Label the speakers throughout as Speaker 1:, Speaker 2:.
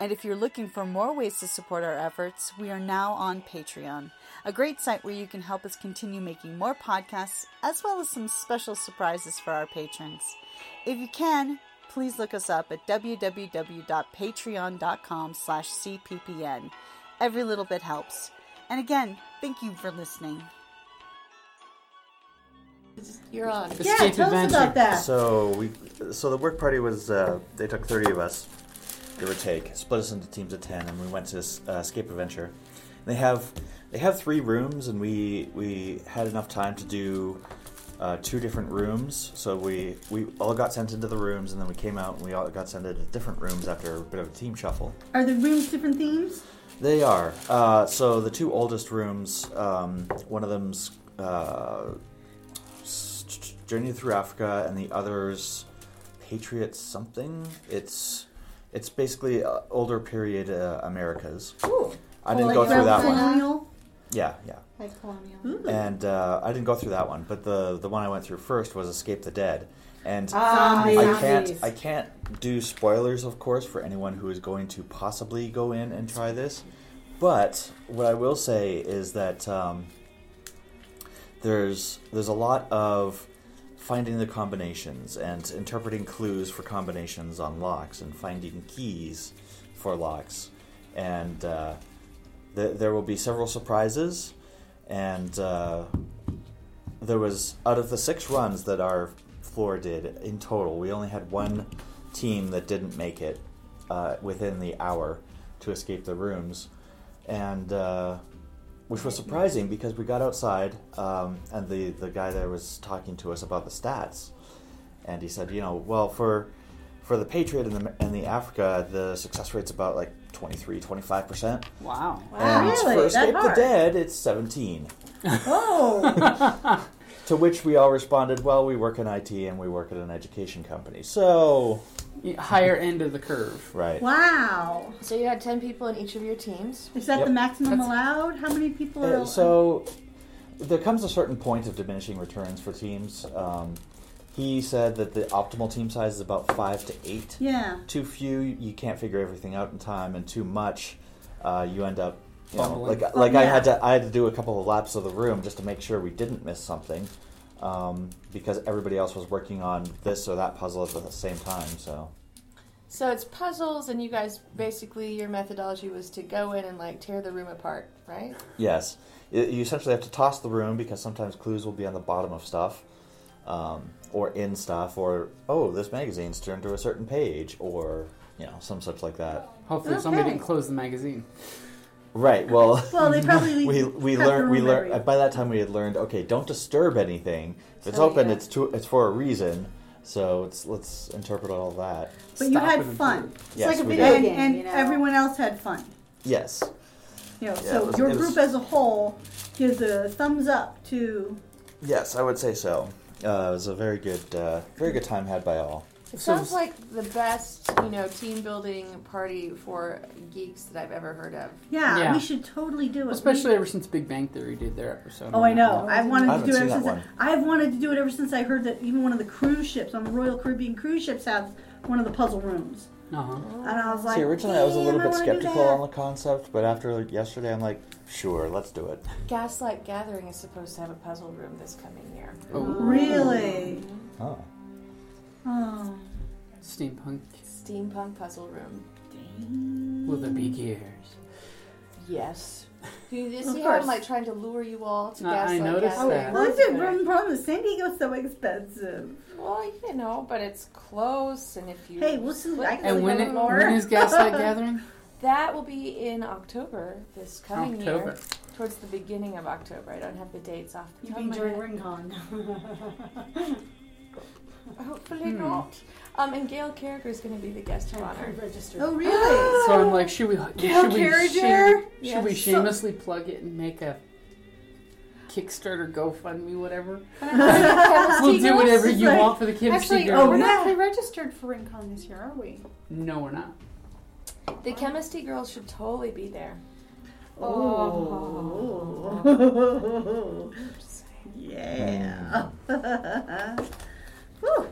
Speaker 1: And if you're looking for more ways to support our efforts, we are now on Patreon, a great site where you can help us continue making more podcasts, as well as some special surprises for our patrons. If you can, please look us up at www.patreon.com slash cppn. Every little bit helps. And again, thank you for listening.
Speaker 2: You're on.
Speaker 1: yeah, tell us about that.
Speaker 3: So we, so the work party was uh, they took thirty of us, give or take, split us into teams of ten, and we went to uh, escape adventure. And they have they have three rooms, and we we had enough time to do uh, two different rooms. So we we all got sent into the rooms, and then we came out, and we all got sent into different rooms after a bit of a team shuffle.
Speaker 4: Are the rooms different themes?
Speaker 3: They are. Uh, so the two oldest rooms, um, one of them's uh, s- Journey Through Africa, and the other's Patriot something. It's it's basically uh, older period uh, Americas. I didn't go through that one.
Speaker 4: Colonial?
Speaker 3: Yeah, yeah.
Speaker 2: Like colonial.
Speaker 3: And uh, I didn't go through that one, but the the one I went through first was Escape the Dead, and I can't I can't do spoilers, of course, for anyone who is going to possibly go in and try this. But what I will say is that um, there's there's a lot of finding the combinations and interpreting clues for combinations on locks and finding keys for locks, and uh, th- there will be several surprises, and. Uh, there was out of the six runs that our floor did in total, we only had one team that didn't make it uh, within the hour to escape the rooms, and uh, which was surprising because we got outside um, and the the guy there was talking to us about the stats, and he said, you know, well for for the Patriot and the, and the Africa, the success rate's about like 23, 25 percent.
Speaker 1: Wow.
Speaker 3: And
Speaker 4: Oh, Really?
Speaker 3: for
Speaker 4: That
Speaker 3: Escape the
Speaker 4: hard?
Speaker 3: Dead, it's 17.
Speaker 4: Oh,
Speaker 3: To which we all responded, well, we work in IT and we work at an education company. So,
Speaker 5: higher end of the curve.
Speaker 3: right.
Speaker 4: wow.
Speaker 2: So you had ten people in each of your teams.
Speaker 4: Is that
Speaker 3: Yep.
Speaker 4: the maximum
Speaker 5: That's-
Speaker 4: allowed? How many people
Speaker 3: Uh,
Speaker 4: are
Speaker 3: So, there comes a certain point of diminishing returns for teams. Um, he said that the optimal team size is about five to eight.
Speaker 4: Yeah.
Speaker 3: Too few, you can't figure everything out in time, and too much, uh, you end up. You know,
Speaker 5: Fumbling.
Speaker 3: like like I
Speaker 4: yeah.
Speaker 3: had to I had to do a couple of laps of the room just to make sure we didn't miss something, um, because everybody else was working on this or that puzzle at the same time. So
Speaker 2: So it's puzzles, and you guys basically your methodology was to go in and like tear the room apart, right?
Speaker 3: Yes. Y- You essentially have to toss the room because sometimes clues will be on the bottom of stuff, um, or in stuff, or oh, this magazine's turned to a certain page, or you know, some such like that.
Speaker 5: Hopefully, somebody
Speaker 4: Okay.
Speaker 5: didn't close the magazine.
Speaker 3: Right. Well,
Speaker 4: Well, they probably
Speaker 3: we we
Speaker 4: cut the
Speaker 3: learned we
Speaker 4: room every-
Speaker 3: learned by that time we had learned. Okay, don't disturb anything. If it's
Speaker 2: So,
Speaker 3: open,
Speaker 2: yeah.
Speaker 3: it's to it's for a reason. So it's, let's interpret all that.
Speaker 4: But you
Speaker 5: Stop
Speaker 4: had
Speaker 5: it and
Speaker 4: fun.
Speaker 3: It's Yes, like a we video
Speaker 4: And,
Speaker 3: did.
Speaker 6: game,
Speaker 4: and
Speaker 6: you know.
Speaker 4: everyone else had fun.
Speaker 3: Yes.
Speaker 4: You know,
Speaker 3: it
Speaker 4: so
Speaker 3: was-
Speaker 4: your
Speaker 3: it was-
Speaker 4: group as a whole gives a thumbs up to.
Speaker 3: Yes, I would say so. Uh, it was a very good uh, very good time had by all.
Speaker 2: It sounds like the best, you know, team building party for geeks that I've ever heard of.
Speaker 4: Yeah,
Speaker 5: Yeah.
Speaker 4: we should totally do it.
Speaker 5: Especially
Speaker 4: We-
Speaker 5: ever since Big Bang Theory did their episode.
Speaker 4: Oh, I know. I've wanted
Speaker 3: I
Speaker 4: to do it ever
Speaker 3: haven't
Speaker 4: since.
Speaker 3: seen that
Speaker 4: I, have wanted to do it ever since I heard that even one of the cruise ships on the Royal Caribbean cruise ships has one of the puzzle rooms,
Speaker 5: Uh-huh.
Speaker 4: and I was like,
Speaker 3: See, originally I was a
Speaker 4: "Damn,
Speaker 3: little bit
Speaker 4: wanna do
Speaker 3: skeptical
Speaker 4: that."
Speaker 3: on the concept, but after yesterday, I'm like, sure, let's do it.
Speaker 2: Gaslight Gathering is supposed to have a puzzle room this coming year.
Speaker 5: Oh,
Speaker 4: Really?
Speaker 3: Oh,
Speaker 4: Oh.
Speaker 5: steampunk
Speaker 2: Steampunk puzzle room.
Speaker 5: with the big ears.
Speaker 2: Yes. You you
Speaker 4: Of
Speaker 2: see how I'm
Speaker 4: course.
Speaker 2: like trying to lure you all to
Speaker 5: No,
Speaker 2: gas
Speaker 5: I
Speaker 2: like
Speaker 5: noticed
Speaker 2: gathering
Speaker 5: that.
Speaker 4: Well,
Speaker 2: rooms
Speaker 4: that's the
Speaker 2: there.
Speaker 4: problem. problem is San Diego's so expensive.
Speaker 2: Well, you know, but it's close, and if you
Speaker 4: Hey, we'll see- I
Speaker 2: split
Speaker 4: can
Speaker 2: the
Speaker 5: And when, it,
Speaker 2: more-
Speaker 5: when is Gaslight Gathering?
Speaker 2: that will be in October this coming
Speaker 5: October.
Speaker 2: year, towards the beginning of October. I don't have the dates off the
Speaker 6: You
Speaker 2: top
Speaker 6: mean
Speaker 2: of my
Speaker 6: during
Speaker 2: head.
Speaker 6: RingCon?
Speaker 2: Hopefully not. Um, and Gail Carriger is going to be the guest of honor.
Speaker 6: registered.
Speaker 4: Oh, really?
Speaker 5: So I'm like, should we? should we,
Speaker 4: Carriger?
Speaker 5: shame- should we
Speaker 2: Yes.
Speaker 5: shamelessly plug it and make a Kickstarter, GoFundMe, whatever? We'll do whatever you
Speaker 4: like-
Speaker 5: want for the Kim
Speaker 6: Actually,
Speaker 5: Seeger.
Speaker 4: oh,
Speaker 6: we're
Speaker 4: yeah.
Speaker 6: not pre-registered for RingCon this year, are we?
Speaker 5: No, we're not.
Speaker 2: The chemistry girls should totally be there.
Speaker 4: Oh. yeah. Whew.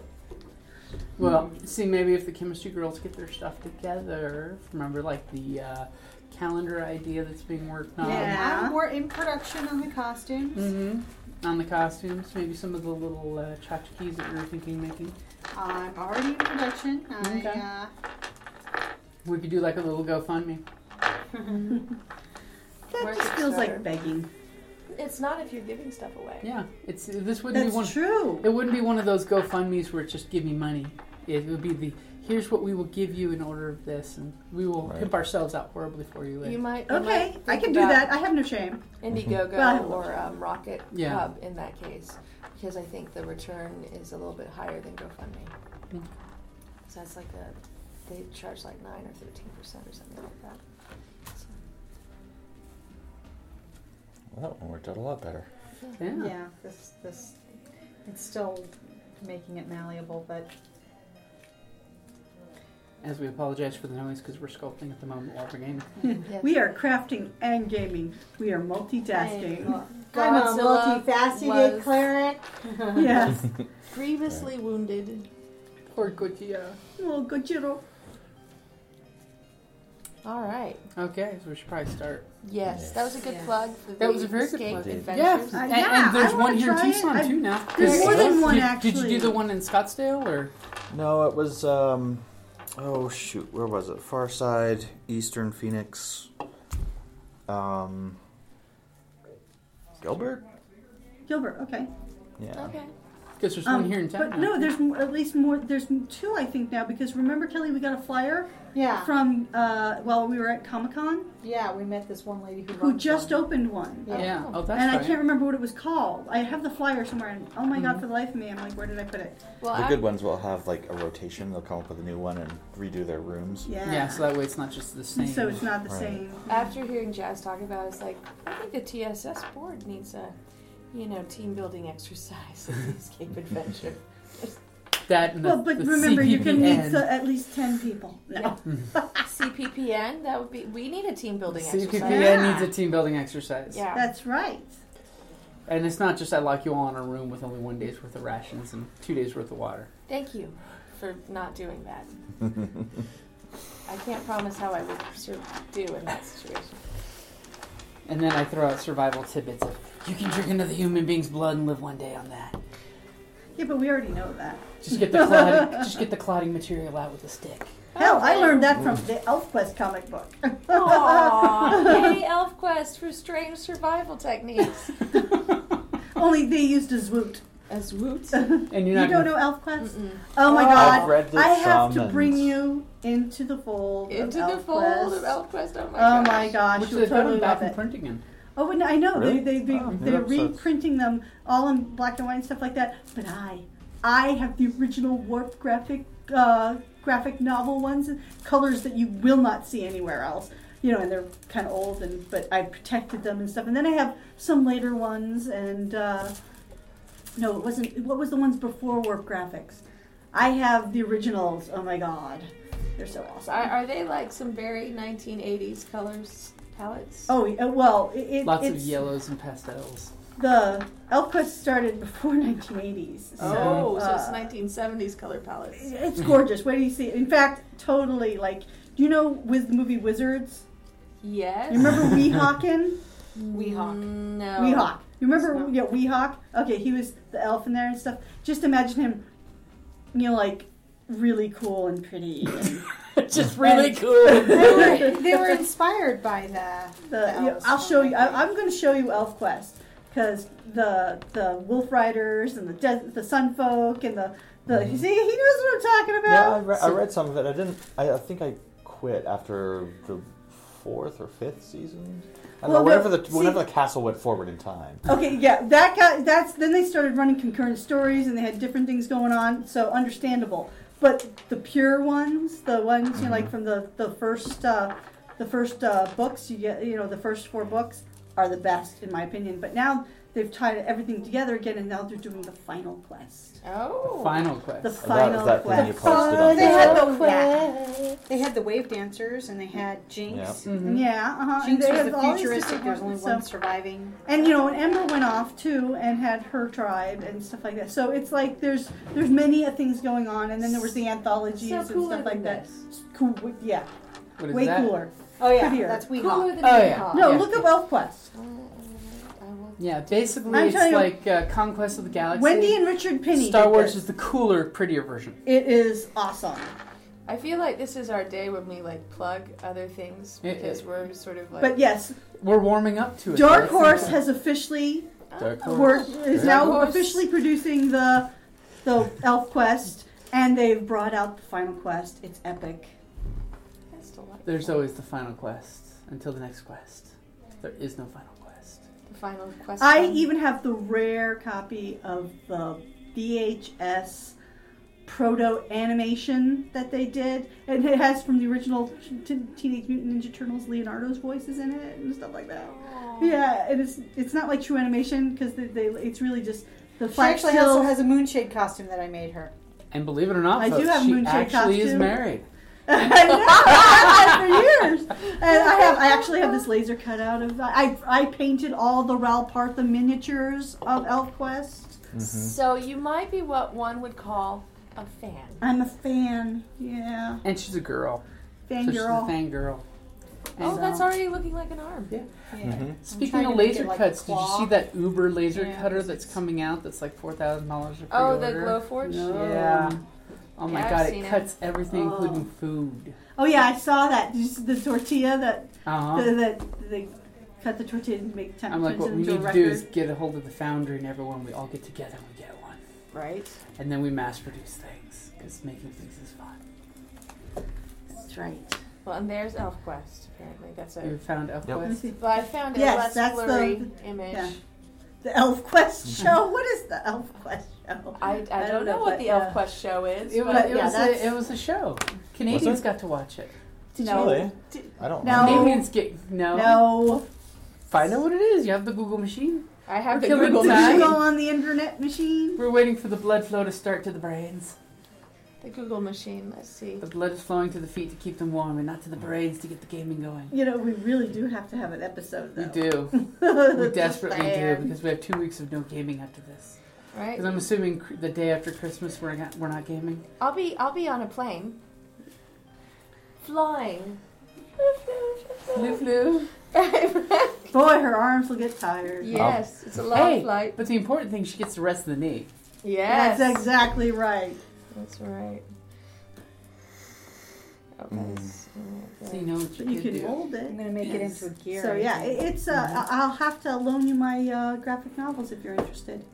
Speaker 5: Well,
Speaker 4: Mm-hmm.
Speaker 5: see, maybe if the chemistry girls get their stuff together, remember like the uh, calendar idea that's being worked on
Speaker 4: Yeah.
Speaker 6: Um, we're in production on the costumes.
Speaker 5: hmm on the costumes, maybe some of the little uh, tchotchkes that we were thinking making.
Speaker 6: I'm already in production. I,
Speaker 5: Okay.
Speaker 6: uh,
Speaker 5: We could do like a little GoFundMe.
Speaker 4: That
Speaker 2: Where's it
Speaker 4: just feels like
Speaker 2: started?
Speaker 4: begging.
Speaker 2: It's not if you're giving stuff away.
Speaker 5: Yeah, it's this wouldn't be one.
Speaker 4: That's true.
Speaker 5: It wouldn't be one of those GoFundmes where it's just give me money. It would be the here's what we will give you in order of this, and we will
Speaker 3: Right.
Speaker 5: pimp ourselves out horribly for you.
Speaker 2: You
Speaker 5: Later.
Speaker 2: might. you
Speaker 4: Okay,
Speaker 2: might
Speaker 4: I
Speaker 2: think
Speaker 4: can do
Speaker 2: about
Speaker 4: that. I have no shame.
Speaker 2: Indiegogo
Speaker 4: Well-
Speaker 2: or um, Rocket
Speaker 5: Yeah.
Speaker 2: Hub in that case, because I think the return is a little bit higher than GoFundMe.
Speaker 5: Mm.
Speaker 2: So that's like a, they charge like nine or thirteen percent or something like that. So,
Speaker 3: Well, that one worked out a lot better.
Speaker 5: Yeah.
Speaker 6: yeah, this this it's still making it malleable, but
Speaker 5: As we apologize for the noise because we're sculpting at the moment while we're gaming.
Speaker 4: We are crafting and gaming. We are multitasking.
Speaker 1: I'm
Speaker 6: um,
Speaker 1: a
Speaker 2: Godzilla
Speaker 1: multifaceted
Speaker 2: was-
Speaker 1: cleric.
Speaker 4: Yes.
Speaker 2: grievously wounded.
Speaker 5: Poor Gutierrez.
Speaker 4: Oh, Gojiro.
Speaker 2: All right.
Speaker 5: Okay, so we should probably start.
Speaker 2: Yes,
Speaker 3: Yes.
Speaker 2: that was a good
Speaker 6: Yes.
Speaker 2: plug. For
Speaker 5: That was
Speaker 2: the
Speaker 5: a very good
Speaker 2: escape
Speaker 3: plug.
Speaker 2: Adventures.
Speaker 4: Yeah.
Speaker 5: and,
Speaker 4: I
Speaker 5: and there's
Speaker 4: wanna
Speaker 5: one here in
Speaker 4: try it.
Speaker 5: Tucson
Speaker 4: I-
Speaker 5: too now.
Speaker 4: there's
Speaker 2: more
Speaker 4: than one,
Speaker 5: Did- Did you
Speaker 4: actually.
Speaker 5: do the one in Scottsdale or?
Speaker 3: No, it was um oh shoot, where was it? Far Side, Eastern Phoenix, um Gilbert?
Speaker 4: Gilbert, okay.
Speaker 3: Yeah.
Speaker 2: Okay.
Speaker 5: Because there's
Speaker 4: Um,
Speaker 5: one here in town.
Speaker 4: but
Speaker 5: now.
Speaker 4: no, there's m- at least more. There's m- two, I think, now because remember, Kelly, we got a flyer
Speaker 6: yeah,
Speaker 4: from uh, while we were at Comic Con
Speaker 6: yeah. We met this one lady who
Speaker 4: who
Speaker 6: runs
Speaker 4: just
Speaker 6: them.
Speaker 4: opened one.
Speaker 6: Yeah.
Speaker 5: yeah. Oh, that's
Speaker 4: and I
Speaker 5: right.
Speaker 4: can't remember what it was called. I have the flyer somewhere, and oh my god, for the life of me, I'm like, where did I put it?
Speaker 2: Well,
Speaker 3: The
Speaker 2: I-
Speaker 3: good ones will have like a rotation. They'll come up with a new one and redo their rooms.
Speaker 4: Yeah.
Speaker 5: Yeah, so that way it's not just the same.
Speaker 4: So it's not the
Speaker 3: Right.
Speaker 4: same.
Speaker 2: after hearing Jazz talk about, it, it's like I think the TSS board needs a, you know, team building exercise in the escape adventure.
Speaker 5: that. And the,
Speaker 4: Well, but
Speaker 5: the
Speaker 4: remember, you can need
Speaker 5: CPVN.
Speaker 4: so, at least ten people. No.
Speaker 2: CPPN, that would be. We need a team building exercise.
Speaker 5: CPPN needs a team building exercise.
Speaker 2: Yeah.
Speaker 4: That's right.
Speaker 5: And it's not just I lock you all in a room with only one day's worth of rations and two days worth of water.
Speaker 2: Thank you for not doing that. I can't promise how I would sur- do in that situation.
Speaker 5: And then I throw out survival tidbits of you can drink another human being's blood and live one day on that.
Speaker 4: Yeah, but we already know that.
Speaker 5: Just get the clotting, just get the clotting material out with a stick.
Speaker 4: Hell, I learned that from the ElfQuest comic book.
Speaker 2: Aww, yay, ElfQuest for strange survival techniques.
Speaker 4: Only they used a Zoot.
Speaker 2: As woots.
Speaker 5: And you're
Speaker 4: You
Speaker 5: not
Speaker 4: don't
Speaker 5: gonna,
Speaker 4: know ElfQuest? Oh my god!
Speaker 3: I've read the
Speaker 4: I have to
Speaker 3: summons.
Speaker 4: bring you into the fold. of
Speaker 2: Into the fold
Speaker 4: ElfQuest.
Speaker 2: of ElfQuest. Oh my
Speaker 4: Oh
Speaker 2: gosh.
Speaker 4: my gosh!
Speaker 5: which
Speaker 4: You'll
Speaker 5: they've got them
Speaker 4: totally
Speaker 5: back
Speaker 4: love
Speaker 5: in
Speaker 4: it.
Speaker 5: print again.
Speaker 4: Oh, and I know
Speaker 3: Really?
Speaker 4: they they, they
Speaker 3: Oh, new
Speaker 4: they're
Speaker 3: episodes.
Speaker 4: reprinting them all in black and white and stuff like that. But I I have the original warp graphic uh, graphic novel ones, colors that you will not see anywhere else. You know, and they're kind of old, and but I protected them and stuff. And then I have some later ones, and uh, no, it wasn't. What was the ones before warp graphics? I have the originals. Oh my god, they're so awesome.
Speaker 2: Are, are they like some very 1980s colors palettes?
Speaker 4: Oh uh, well, it, it,
Speaker 5: Lots of
Speaker 4: it's
Speaker 5: yellows and pastels.
Speaker 4: The ElfQuest started before 1980s. So,
Speaker 2: Oh, so
Speaker 4: uh,
Speaker 2: it's 1970s color palettes.
Speaker 4: It's gorgeous. What do you see? it. In fact, totally like. Do you know with the movie Wizards?
Speaker 2: Yes. Mm,
Speaker 4: You remember Weehawken?
Speaker 6: We hawk.
Speaker 2: No.
Speaker 4: Weehawk. You remember
Speaker 6: No.
Speaker 4: yeah Weehawk? Okay, he was the elf in there and stuff. Just imagine him, you know, like really cool and pretty. And
Speaker 5: It's just really cool.
Speaker 6: They were, they were inspired by the.
Speaker 4: The,
Speaker 6: the
Speaker 4: yeah,
Speaker 6: elves
Speaker 4: I'll
Speaker 6: from
Speaker 4: show
Speaker 6: the
Speaker 4: you. I, I'm going to show you Elf Quest because the the Wolf Riders and the des- the Sun Folk and the the see he knows what I'm talking
Speaker 3: Yeah, I,
Speaker 4: about.
Speaker 3: re- I read some of it. I didn't. I, I think I quit after the fourth or fifth season. I don't
Speaker 4: Well,
Speaker 3: know. Whenever the
Speaker 4: but-
Speaker 3: whenever
Speaker 4: see-
Speaker 3: the castle went forward in time.
Speaker 4: Okay, yeah, that got that's then they started running concurrent stories and they had different things going on, so understandable. But the pure ones, the ones you know,
Speaker 6: Mm-hmm.
Speaker 4: like from the the first uh, the first uh, books you get, you know, the first four books are the best in my opinion. But now they've tied everything together again, and now they're doing the final quest.
Speaker 2: Oh.
Speaker 5: Final
Speaker 4: The
Speaker 5: quest.
Speaker 4: final Oh,
Speaker 3: that thing you
Speaker 4: quest.
Speaker 3: posted on
Speaker 6: They had
Speaker 3: Facebook.
Speaker 6: the yeah. They had the wave dancers and they had Jinx.
Speaker 4: Yeah, uh-huh. and
Speaker 6: Jinx
Speaker 4: they
Speaker 6: was
Speaker 4: have
Speaker 6: the
Speaker 4: all these
Speaker 6: futuristic.
Speaker 4: different
Speaker 6: There's only
Speaker 4: ones,
Speaker 6: one
Speaker 4: so-
Speaker 6: surviving.
Speaker 4: And you know, and Ember went off too and had her tribe and stuff like that. So it's like there's there's many uh, things going on, and then there was the anthologies
Speaker 2: So
Speaker 4: and
Speaker 2: cooler
Speaker 4: stuff like
Speaker 2: than
Speaker 4: that.
Speaker 2: this.
Speaker 4: Cool, yeah,
Speaker 5: What is
Speaker 4: way
Speaker 5: that?
Speaker 4: cooler.
Speaker 6: Oh yeah,
Speaker 4: Prettier.
Speaker 6: that's we
Speaker 2: Cooler than
Speaker 5: Oh,
Speaker 2: Big
Speaker 5: yeah.
Speaker 2: Hawk.
Speaker 4: No, look at Wealth Quest.
Speaker 5: Yeah, basically
Speaker 4: I'm
Speaker 5: it's
Speaker 4: telling you-
Speaker 5: like uh, Conquest of the Galaxy.
Speaker 4: Wendy and Richard Penny.
Speaker 5: Star
Speaker 4: did
Speaker 5: Wars
Speaker 4: this.
Speaker 5: is the cooler, prettier version.
Speaker 4: It is awesome.
Speaker 2: I feel like this is our day when we like plug other things
Speaker 5: It-
Speaker 2: because
Speaker 5: it-
Speaker 2: we're sort of like.
Speaker 4: But yes,
Speaker 5: We're warming up to it.
Speaker 4: Dark
Speaker 5: though.
Speaker 4: Horse has officially
Speaker 5: Dark Horse.
Speaker 4: worked
Speaker 5: Dark
Speaker 4: is now
Speaker 2: Horse.
Speaker 4: officially producing the the Elf Quest, and they've brought out the final quest. It's epic.
Speaker 2: That's delightful.
Speaker 5: There's always the final quest until the next quest. There is no final quest.
Speaker 2: the final question.
Speaker 4: I even have the rare copy of the VHS proto animation that they did, and it has from the original t- Teenage Mutant Ninja Turtles Leonardo's voices in it and stuff like that. Yeah, and it's it's not like true animation because they, they it's really just the
Speaker 6: She
Speaker 4: flash
Speaker 6: actually also
Speaker 4: still.
Speaker 6: has a moonshade costume that I made her.
Speaker 5: And believe it or not,
Speaker 4: I do
Speaker 5: folks,
Speaker 4: have
Speaker 5: she
Speaker 4: moonshade
Speaker 5: actually is
Speaker 4: costume.
Speaker 5: married.
Speaker 4: I know, I have had for years, and I have I actually have this laser cutout of I I painted all the Ralpartha miniatures of ElfQuest.
Speaker 5: Mm-hmm.
Speaker 2: So you might be what one would call a fan.
Speaker 4: I'm a fan. Yeah,
Speaker 5: And she's a girl.
Speaker 4: fan
Speaker 5: so
Speaker 4: girl.
Speaker 5: she's a fangirl.
Speaker 2: Oh,
Speaker 5: And,
Speaker 2: that's
Speaker 5: uh,
Speaker 2: already looking like an arm.
Speaker 6: Yeah.
Speaker 5: Speaking
Speaker 6: trying
Speaker 5: of
Speaker 6: to make
Speaker 5: laser
Speaker 6: it like a
Speaker 5: cuts, did you
Speaker 6: claw.
Speaker 5: see that Uber laser
Speaker 6: Yeah,
Speaker 5: cutter
Speaker 6: it's-
Speaker 5: that's coming out that's like $4,000 a
Speaker 2: Oh, the
Speaker 5: pre-order?
Speaker 2: Glowforge?
Speaker 5: No. Yeah. Oh my
Speaker 2: Yeah, I've
Speaker 5: god,
Speaker 2: seen
Speaker 5: it
Speaker 2: it.
Speaker 5: cuts everything,
Speaker 4: Oh.
Speaker 5: including food.
Speaker 4: Oh yeah, I saw that. Did you see the tortilla that
Speaker 5: Uh-huh.
Speaker 4: the, that they cut the tortilla and make ten.
Speaker 5: I'm like,
Speaker 4: turns
Speaker 5: what
Speaker 4: it
Speaker 5: we
Speaker 4: into a
Speaker 5: need to
Speaker 4: record.
Speaker 5: do is get a hold of the foundry and everyone. We all get together and we get one.
Speaker 4: right.
Speaker 5: And then we mass produce things because making things is fun.
Speaker 4: That's right.
Speaker 2: Well, and there's ElfQuest. Apparently, that's
Speaker 5: You
Speaker 2: a.
Speaker 5: found out
Speaker 3: Yep.
Speaker 4: Let me see.
Speaker 2: Well, I found a
Speaker 4: Yes,
Speaker 2: less
Speaker 4: that's the-
Speaker 2: blurry image.
Speaker 4: yeah. The Elf Quest show. What is the Elf Quest show?
Speaker 2: I, I, don't know
Speaker 4: but,
Speaker 2: what the
Speaker 4: uh,
Speaker 2: Elf Quest show is.
Speaker 5: It was,
Speaker 4: But
Speaker 5: it,
Speaker 4: yeah,
Speaker 5: was
Speaker 4: that's-
Speaker 5: a, it was a show. Canadians got to watch it.
Speaker 4: No.
Speaker 3: Really?
Speaker 4: Did-
Speaker 3: I don't
Speaker 4: No.
Speaker 3: know.
Speaker 5: Canadians get no.
Speaker 4: No.
Speaker 5: Find out what it is. You have the Google machine.
Speaker 2: I have the
Speaker 5: Can we
Speaker 2: Google
Speaker 5: do
Speaker 4: Did
Speaker 5: Fine.
Speaker 4: you go
Speaker 2: machine.
Speaker 4: on the internet machine?
Speaker 5: We're waiting for the blood flow to start to the brains.
Speaker 2: The Google machine. Let's see.
Speaker 5: The blood is flowing to the feet to keep them warm, and not to the brains to get the gaming going.
Speaker 4: You know, we really do have to have an episode
Speaker 5: We
Speaker 4: though.
Speaker 5: do. We
Speaker 4: Just
Speaker 5: desperately do
Speaker 4: saying.
Speaker 5: because we have two weeks of no gaming after this.
Speaker 2: Right.
Speaker 5: Because I'm assuming cr- the day after Christmas we're not, we're not gaming.
Speaker 2: I'll be. I'll be on a plane. Flying.
Speaker 5: Flu flu.
Speaker 4: Boy, her arms will get tired.
Speaker 2: yes, it's a long
Speaker 5: Oh. Hey,
Speaker 2: flight.
Speaker 5: but the important thing she gets the rest of the knee.
Speaker 2: Yes,
Speaker 4: That's exactly right.
Speaker 2: That's right. Okay.
Speaker 5: Mm.
Speaker 2: so we're
Speaker 5: So you
Speaker 2: good.
Speaker 5: know what you,
Speaker 4: But you
Speaker 5: could
Speaker 4: can
Speaker 5: do.
Speaker 4: hold it.
Speaker 6: I'm gonna make
Speaker 5: Yes.
Speaker 6: it into a gear.
Speaker 4: So
Speaker 6: I
Speaker 4: yeah,
Speaker 6: think.
Speaker 4: it- it's. Uh,
Speaker 5: mm-hmm.
Speaker 4: I- I'll have to loan you my uh, graphic novels if you're interested.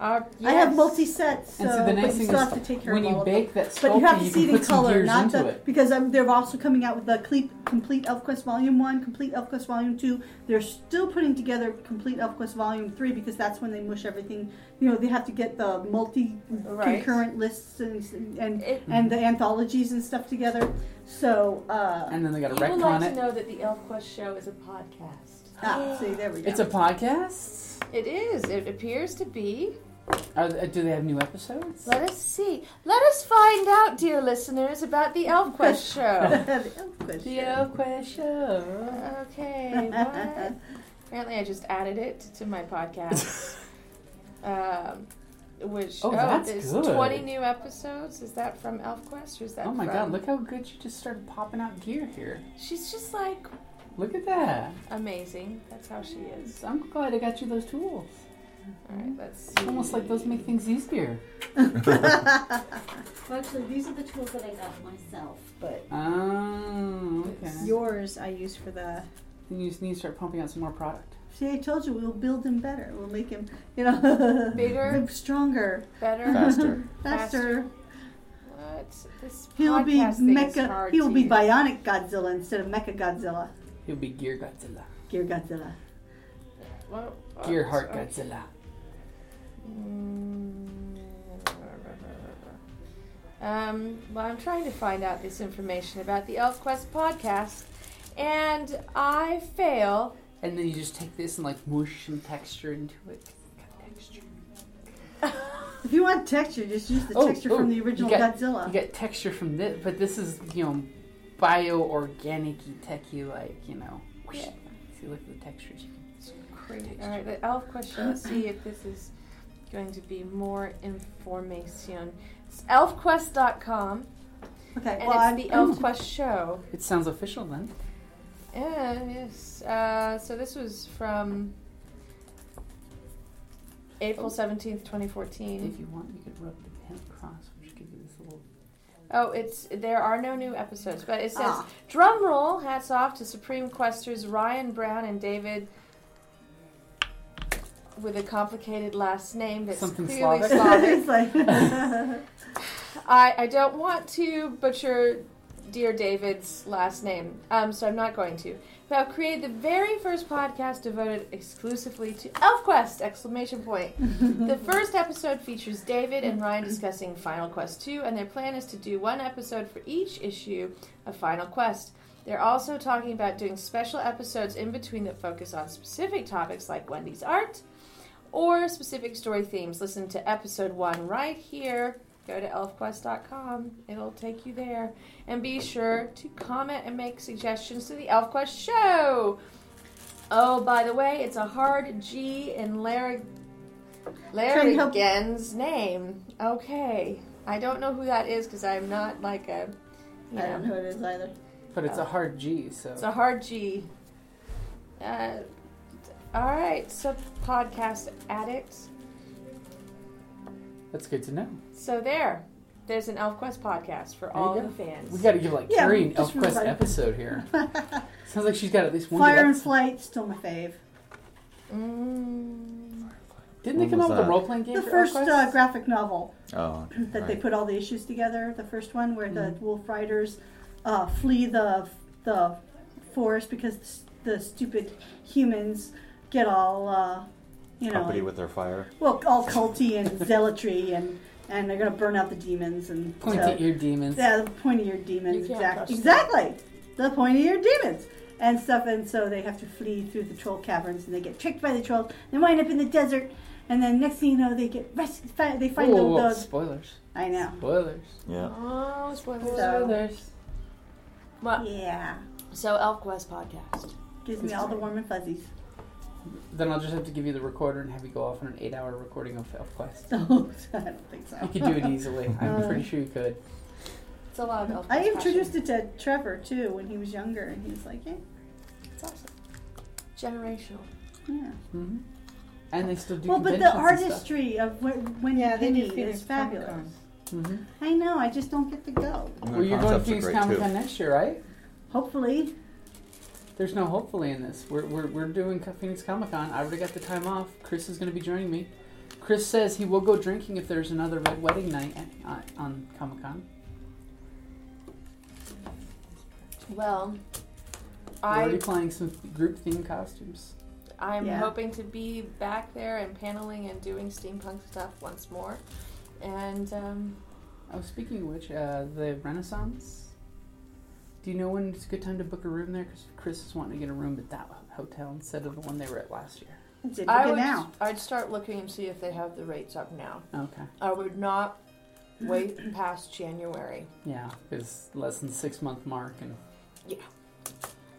Speaker 2: Our-
Speaker 4: I have
Speaker 2: Uh, yes.
Speaker 4: multi sets, so,
Speaker 5: And so the nice
Speaker 4: but you
Speaker 5: thing
Speaker 4: still
Speaker 5: is
Speaker 4: have to take care
Speaker 5: When
Speaker 4: of
Speaker 5: you
Speaker 4: all of them.
Speaker 5: bake that
Speaker 4: But you
Speaker 5: sculpture,
Speaker 4: have to
Speaker 5: you
Speaker 4: see
Speaker 5: can
Speaker 4: it in
Speaker 5: put some
Speaker 4: color,
Speaker 5: gears
Speaker 4: not
Speaker 5: into
Speaker 4: the
Speaker 5: it.
Speaker 4: because um, they're also coming out with the complete complete ElfQuest Volume One, complete ElfQuest Volume Two. They're still putting together complete ElfQuest Volume Three because that's when they mush everything. You know, they have to get the multi
Speaker 2: Right.
Speaker 4: concurrent lists and and,
Speaker 2: It-
Speaker 4: and the anthologies and stuff together. So uh,
Speaker 5: And then they got to
Speaker 2: you would like to
Speaker 5: retcon it.
Speaker 2: know that the Elf Quest show is a podcast.
Speaker 4: ah, see there we go.
Speaker 5: It's a podcast.
Speaker 2: It is. It appears to be.
Speaker 5: Are, th- do they have new episodes?
Speaker 2: Let us see. Let us find out, dear listeners, about the Elf Quest show.
Speaker 4: The
Speaker 5: The
Speaker 4: ElfQuest show.
Speaker 5: Elfquest Show.
Speaker 2: Okay. What? Apparently, I just added it to my podcast. um, which
Speaker 5: Oh, that's
Speaker 2: there's
Speaker 5: good.
Speaker 2: twenty new episodes. Is that from ElfQuest or is that?
Speaker 5: Oh my
Speaker 2: from-
Speaker 5: god, look how good you just started popping out gear here.
Speaker 2: She's just like
Speaker 5: Look at that.
Speaker 2: amazing. That's how she is.
Speaker 5: I'm glad I got you those tools.
Speaker 2: All right,
Speaker 5: Mm-hmm.
Speaker 2: let's see.
Speaker 5: Almost like those make things easier.
Speaker 7: Actually, these are the tools that I got myself, but
Speaker 5: Ah.
Speaker 6: doors I use for the.
Speaker 5: Then you just need to start pumping out some more product.
Speaker 4: See, I told you we'll build him better. We'll make him, you know,
Speaker 2: Bigger,
Speaker 4: stronger,
Speaker 2: better.
Speaker 3: faster.
Speaker 4: faster.
Speaker 2: What? This
Speaker 4: He'll be
Speaker 2: podcast thing is
Speaker 4: mecha.
Speaker 2: hard
Speaker 4: He'll
Speaker 2: to
Speaker 4: be
Speaker 2: use.
Speaker 4: bionic Godzilla instead of mecha Godzilla.
Speaker 5: He'll be Gear Godzilla,
Speaker 4: Gear Godzilla.
Speaker 2: What- what-
Speaker 5: Gear Heart
Speaker 4: Oh.
Speaker 2: okay.
Speaker 5: Godzilla.
Speaker 2: Mm. Um, well, I'm trying to find out this information about the Elf Quest podcast, and I fail.
Speaker 5: And then you just take this and like mush some texture into it. Got texture.
Speaker 4: If you want texture, just use the
Speaker 5: Oh,
Speaker 4: texture
Speaker 5: oh,
Speaker 4: from the
Speaker 5: you
Speaker 4: original
Speaker 5: got-
Speaker 4: Godzilla.
Speaker 5: You get texture from this, but this is you know bio organic techy like you know. whoosh.
Speaker 2: Yeah.
Speaker 5: See, look at the textures. You can see
Speaker 2: Great.
Speaker 5: texture.
Speaker 2: All right, the Elf Quest show. Let's see if this is going to be more information. It's elfquest.com,
Speaker 4: okay.
Speaker 2: and
Speaker 4: well,
Speaker 2: it's the
Speaker 4: I'm-
Speaker 2: Elf Quest show.
Speaker 5: It sounds official then.
Speaker 2: Yeah, yes. Uh, so this was from
Speaker 4: Oh.
Speaker 2: April seventeenth, twenty fourteen.
Speaker 5: If you want, you could rub the pen across, which give you this little.
Speaker 2: Oh, it's there are no new episodes, but it says
Speaker 4: Ah.
Speaker 2: drum roll. Hats off to Supreme Questers Ryan Brown and David. With a complicated last name that's
Speaker 5: Something
Speaker 2: clearly
Speaker 5: Slavic.
Speaker 2: Slavic.
Speaker 4: it's like
Speaker 2: I, I don't want to butcher dear David's last name, um, so I'm not going to. But I've created the very first podcast devoted exclusively to ElfQuest! Exclamation point. the first episode features David and Ryan discussing Final Quest 2, and their plan is to do one episode for each issue of Final Quest. They're also talking about doing special episodes in between that focus on specific topics like Wendy's art or specific story themes. Listen to episode one right here go to elfquest.com. It'll take you there. And be sure to comment and make suggestions to the ElfQuest show. Oh, by the way, it's a hard G in Larry
Speaker 4: Trying to help-
Speaker 2: Larrigan's name. Okay. I don't know who that is because I'm not like a, you
Speaker 4: I don't
Speaker 2: know,
Speaker 4: know what it is either.
Speaker 5: But
Speaker 4: Oh.
Speaker 5: it's a hard G, so
Speaker 2: it's a hard G. Uh, all right, so podcast addicts.
Speaker 5: that's good to know.
Speaker 2: So there, there's an ElfQuest podcast for
Speaker 5: you
Speaker 2: all
Speaker 5: go.
Speaker 2: the fans.
Speaker 5: We got to give like
Speaker 4: Yeah,
Speaker 5: Carrie an
Speaker 4: just
Speaker 5: ElfQuest
Speaker 4: remind-
Speaker 5: episode here. sounds like she's got at least one.
Speaker 4: Fire
Speaker 5: good
Speaker 4: and
Speaker 5: episode.
Speaker 4: Flight, still my fave.
Speaker 2: Mm.
Speaker 5: Didn't they
Speaker 3: When
Speaker 5: come
Speaker 3: was
Speaker 5: out with a
Speaker 3: that?
Speaker 5: role playing game
Speaker 4: The
Speaker 5: for
Speaker 4: first
Speaker 5: ElfQuest?
Speaker 4: uh, graphic novel
Speaker 3: Oh,
Speaker 4: that they
Speaker 3: right. Mm-hmm.
Speaker 4: put all the issues together. The first one where the Wolf Riders uh, flee the the forest because the, s- the stupid humans get all uh, you know
Speaker 3: company with their fire.
Speaker 4: well all culty and zealotry and and they're gonna burn out the demons and
Speaker 5: Point
Speaker 4: so-
Speaker 5: at your demons.
Speaker 4: Yeah, the pointy-eared
Speaker 2: You
Speaker 4: demons.
Speaker 2: can't
Speaker 4: Exactly.
Speaker 2: trust them.
Speaker 4: Exactly. The pointy-eared demons and stuff. And so they have to flee through the troll caverns, and they get tricked by the trolls. They wind up in the desert, and then next thing you know, they get rescued. fi- They
Speaker 5: Whoa,
Speaker 4: find
Speaker 5: whoa,
Speaker 4: the,
Speaker 5: whoa,
Speaker 4: those.
Speaker 5: Spoilers.
Speaker 4: I know.
Speaker 5: Spoilers.
Speaker 3: Yeah.
Speaker 2: Oh, spoilers.
Speaker 4: So
Speaker 2: Well,
Speaker 4: yeah,
Speaker 2: so ElfQuest podcast.
Speaker 4: gives me all the warm and fuzzies.
Speaker 5: Then I'll just have to give you the recorder and have you go off on an eight hour recording of ElfQuest.
Speaker 4: So I don't think
Speaker 5: You
Speaker 4: so.
Speaker 5: could do it easily. I'm
Speaker 4: Uh,
Speaker 5: pretty sure you could.
Speaker 2: It's a lot of ElfQuest.
Speaker 4: I introduced it to Trevor too when he was younger, and he was like, "Yeah,
Speaker 2: It's awesome. Generational.
Speaker 4: yeah."
Speaker 5: hmm And they still do.
Speaker 4: Well, but the artistry of Wen- Wendy
Speaker 6: Yeah, they
Speaker 4: Penny
Speaker 6: do Phoenix
Speaker 4: is fabulous.
Speaker 6: Comic
Speaker 5: Mm-hmm.
Speaker 4: I know. I just don't get to go.
Speaker 5: Well, you're going to
Speaker 3: Concepts are
Speaker 5: Phoenix
Speaker 3: great,
Speaker 5: Comic
Speaker 3: too.
Speaker 5: Con next year, right?
Speaker 4: Hopefully,
Speaker 5: There's no hopefully in this. We're, we're, we're doing Co- Phoenix Comic Con. I already got the time off. Chris is going to be joining me. Chris says he will go drinking if there's another red wedding night at, uh, on Comic Con.
Speaker 2: Well,
Speaker 5: We're
Speaker 2: I
Speaker 5: already planning some group themed costumes.
Speaker 2: I'm
Speaker 4: Yeah.
Speaker 2: hoping to be back there and paneling and doing steampunk stuff once more. And um,
Speaker 5: Oh, speaking of which, uh, the Renaissance. Do you know when it's a good time to book a room there? Because Chris is wanting to get a room at that hotel instead of the one they were at last year.
Speaker 4: it's it
Speaker 2: I
Speaker 4: Look
Speaker 2: would
Speaker 4: at now.
Speaker 2: I'd start looking and see if they have the rates up now.
Speaker 5: Okay.
Speaker 2: I would not wait past January.
Speaker 5: Yeah, it's less than six month mark, and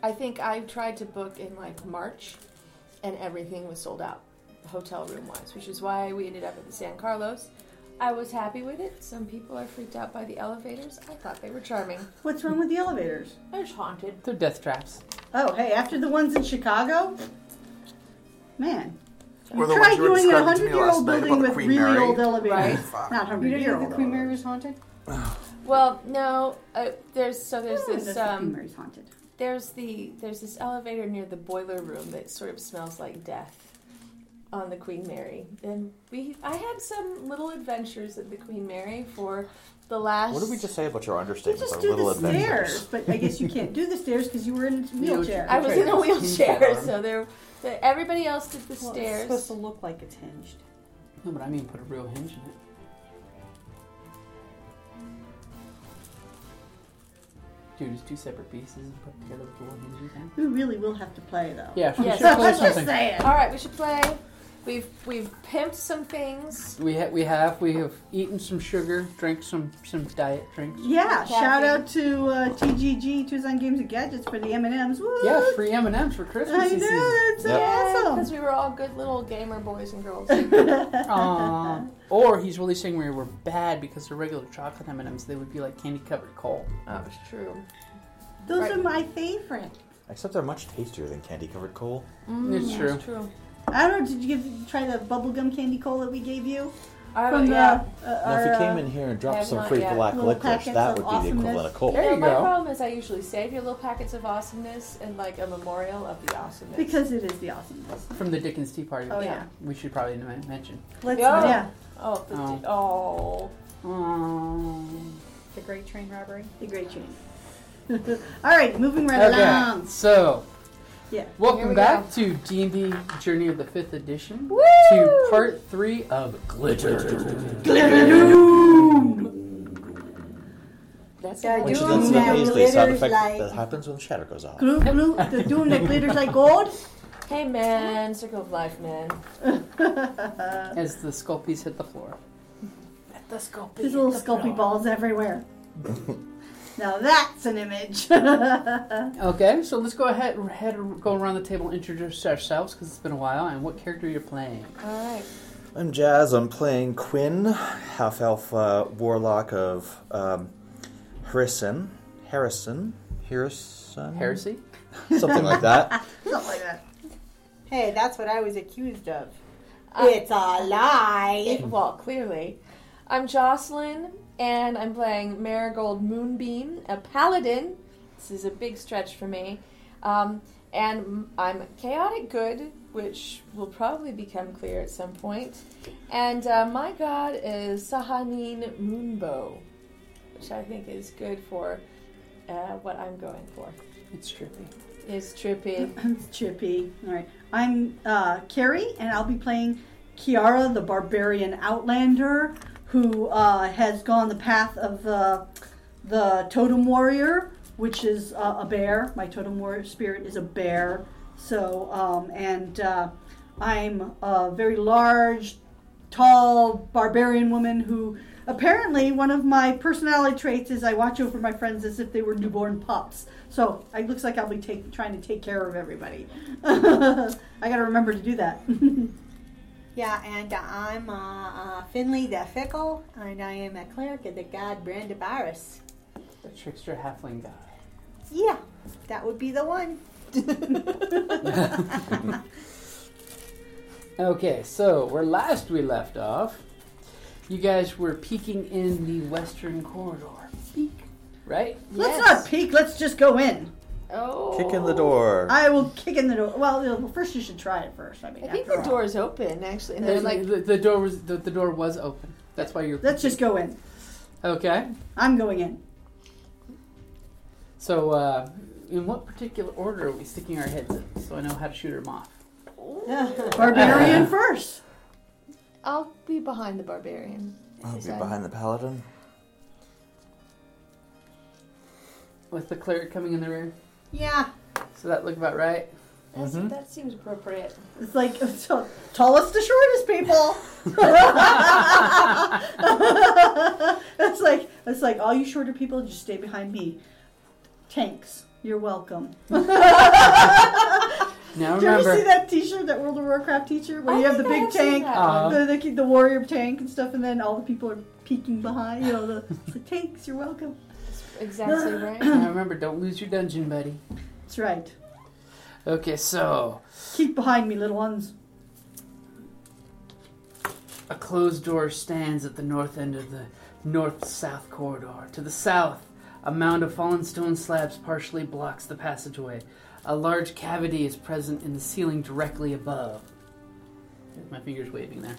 Speaker 2: I think I tried to book in like March, and everything was sold out, hotel room wise, which is why we ended up at the San Carlos. I was happy with it. Some people are freaked out by the elevators. I thought they were charming.
Speaker 4: What's wrong with the elevators?
Speaker 2: It's haunted.
Speaker 5: they're death traps.
Speaker 4: Oh, hey, after the ones in Chicago? Man.
Speaker 7: Were the
Speaker 4: Try
Speaker 7: ones you were
Speaker 4: doing a
Speaker 7: describing to me
Speaker 4: 100 year
Speaker 7: last
Speaker 4: old
Speaker 7: night
Speaker 4: building
Speaker 7: about the
Speaker 4: with
Speaker 7: Queen
Speaker 4: really
Speaker 7: Mary.
Speaker 4: old elevators.
Speaker 2: Right.
Speaker 7: Fuck.
Speaker 4: Not
Speaker 6: You
Speaker 4: 100
Speaker 6: don't
Speaker 4: year
Speaker 6: know the
Speaker 4: old.
Speaker 6: Queen Mary was haunted?
Speaker 2: Well, no. Uh, there's so there's
Speaker 4: Oh,
Speaker 2: this
Speaker 4: the
Speaker 2: um,
Speaker 4: Mary's haunted.
Speaker 2: There's the there's this elevator near the boiler room that sort of smells like death on the Queen Mary. And we I had some little adventures at the Queen Mary for the last
Speaker 3: What did we just say about your
Speaker 4: You
Speaker 3: understatements?
Speaker 4: just
Speaker 3: Our
Speaker 4: do
Speaker 3: little
Speaker 4: the
Speaker 3: adventures.
Speaker 4: stairs, but I guess you can't do the stairs because you were in a wheelchair.
Speaker 2: I was in a
Speaker 5: Okay.
Speaker 2: wheelchair,
Speaker 5: Arm.
Speaker 2: so there the, everybody else did the
Speaker 6: Well, It's supposed
Speaker 2: stairs.
Speaker 6: to look like it's hinged.
Speaker 5: No, but I mean, put a real hinge in it. Dude, just two separate pieces and put together with the one hinge you can.
Speaker 4: We really will have to play though.
Speaker 5: Yeah, we
Speaker 2: Yes.
Speaker 5: should play
Speaker 4: Let's just
Speaker 5: something.
Speaker 4: say it.
Speaker 2: All right, we should play. We've we've pimped some things.
Speaker 5: We ha- we have we have eaten some sugar, drank some some diet drinks.
Speaker 4: Yeah,
Speaker 2: Kathy.
Speaker 4: shout out to uh, TGG Tucson Games and Gadgets for the M and M's.
Speaker 5: Yeah, free M and M's for Christmas.
Speaker 4: I
Speaker 5: this season.
Speaker 4: know that's
Speaker 3: Yep.
Speaker 2: Because
Speaker 4: awesome.
Speaker 2: we were all good little gamer boys and girls.
Speaker 5: Aw. or he's really saying we were bad because they're regular chocolate M and M's. They would be like candy covered coal.
Speaker 2: that was true.
Speaker 4: Those
Speaker 2: Right.
Speaker 4: are my favorite.
Speaker 3: Except they're much tastier than candy covered coal.
Speaker 5: it's true.
Speaker 2: That's true.
Speaker 4: I don't know. Did you give try the bubblegum candy coal that we gave you
Speaker 2: I
Speaker 4: from
Speaker 2: don't,
Speaker 4: the?
Speaker 2: yeah.
Speaker 4: Uh,
Speaker 3: Now, if
Speaker 4: our,
Speaker 3: you
Speaker 4: uh,
Speaker 3: came in here and dropped
Speaker 2: have
Speaker 3: some
Speaker 2: not
Speaker 3: free
Speaker 2: yet.
Speaker 3: black
Speaker 4: Little
Speaker 3: licorice,
Speaker 4: packets
Speaker 3: that
Speaker 4: of
Speaker 3: would be the equivalent
Speaker 4: awesomeness.
Speaker 3: of coal.
Speaker 5: There
Speaker 2: No,
Speaker 5: you
Speaker 2: my
Speaker 5: go.
Speaker 2: problem is I usually save your little packets of awesomeness and like a memorial of the awesomeness.
Speaker 4: because it is the awesomeness.
Speaker 5: From the Dickens Tea Party.
Speaker 4: Oh
Speaker 2: Yeah.
Speaker 4: yeah.
Speaker 5: We should probably men- mention.
Speaker 4: Let's
Speaker 2: Yeah.
Speaker 4: yeah.
Speaker 2: oh, the di- oh.
Speaker 5: Um,
Speaker 6: The Great Train Robbery.
Speaker 4: The great train. All right, moving right
Speaker 5: Okay,
Speaker 4: along.
Speaker 5: so
Speaker 4: Yeah.
Speaker 6: Here
Speaker 5: welcome
Speaker 6: we
Speaker 5: back to D&D Journey of the Fifth Edition to part three of Glitter.
Speaker 2: That's
Speaker 4: Yeah,
Speaker 3: Which is
Speaker 4: Doom
Speaker 3: incidentally a side
Speaker 4: glitters
Speaker 3: effect
Speaker 4: like-
Speaker 3: that happens when the shatter goes off.
Speaker 4: Glue, glue, the doom that glitters like gold.
Speaker 2: Hey man, circle of life, man.
Speaker 5: As the skull piece hit the floor.
Speaker 2: Let the sculpy.
Speaker 4: There's little sculpy balls everywhere. now that's an image. Who
Speaker 5: Okay, so let's go ahead, head, go around the table, introduce ourselves because it's been a while, and what character you're playing.
Speaker 2: Alright.
Speaker 3: I'm Jazz. I'm playing Quinn, half elf uh, warlock of um, Harrison. Harrison? Harrison?
Speaker 5: Heresy.
Speaker 3: Something like that.
Speaker 4: Something like that.
Speaker 6: Hey, that's what I was accused of.
Speaker 4: it's a lie.
Speaker 2: well, clearly. I'm Jocelyn and I'm playing Marigold Moonbeam, a paladin. This is a big stretch for me. Um, and I'm chaotic good, which will probably become clear at some point. And uh, my god is Sahanin Moonbow, which I think is good for uh, what I'm going for.
Speaker 5: It's trippy.
Speaker 2: It's trippy.
Speaker 4: It's trippy. All right. I'm uh, Carrie, and I'll be playing Kiara, the barbarian outlander, who uh, has gone the path of the the totem warrior, which is uh, a bear. My totem warrior spirit is a bear. So, um, and uh, I'm a very large, tall barbarian woman who apparently one of my personality traits is I watch over my friends as if they were newborn pups. So it looks like I'll be take, trying to take care of everybody. I got to remember to do that.
Speaker 6: Yeah, and uh, I'm uh, uh, Finley the Fickle, and I am a cleric of the god Brandabaris.
Speaker 5: The trickster halfling guy.
Speaker 6: Yeah, that would be the one.
Speaker 5: Okay, so where last we left off, you guys were peeking in the western corridor. Peek. Right?
Speaker 4: Let's not peek. Let's just go in.
Speaker 2: Oh.
Speaker 3: Kick in the door.
Speaker 4: I will kick in the door. Well, you know, first you should try it first. I mean,
Speaker 2: I think
Speaker 4: after
Speaker 2: the
Speaker 4: all.
Speaker 2: door is open, actually. And
Speaker 5: The,
Speaker 2: there's like.
Speaker 5: the, the door was the, the door was open. That's why you're
Speaker 4: Let's just go in.
Speaker 5: okay.
Speaker 4: I'm going in.
Speaker 5: So, uh, in what particular order are we sticking our heads in? So I know how to shoot them off.
Speaker 4: Barbarian first.
Speaker 2: I'll be behind the barbarian.
Speaker 3: I'll be
Speaker 2: Sorry.
Speaker 3: behind the paladin.
Speaker 5: With the cleric coming in the rear.
Speaker 6: Yeah,
Speaker 5: So that look about right.
Speaker 2: That's,
Speaker 3: Mm-hmm.
Speaker 2: That seems appropriate.
Speaker 4: It's like t- tallest to shortest people. that's like that's like all you shorter people just stay behind me. Tanks, you're welcome.
Speaker 5: Now
Speaker 4: Did you ever see
Speaker 5: remember,
Speaker 4: that T-shirt, that World of Warcraft T-shirt, where
Speaker 2: I
Speaker 4: you have the
Speaker 2: think I
Speaker 4: big
Speaker 2: have seen
Speaker 4: tank,
Speaker 2: that.
Speaker 5: Uh-huh.
Speaker 4: the, the the warrior tank and stuff, and then all the people are peeking behind. You know, the, the tanks, you're welcome.
Speaker 2: Exactly right.
Speaker 5: now remember, don't lose your dungeon, buddy.
Speaker 4: That's right.
Speaker 5: Okay, so
Speaker 4: Keep behind me, little ones.
Speaker 5: a closed door stands at the north end of the north south corridor. To the south, a mound of fallen stone slabs partially blocks the passageway. A large cavity is present in the ceiling directly above. My fingers waving there.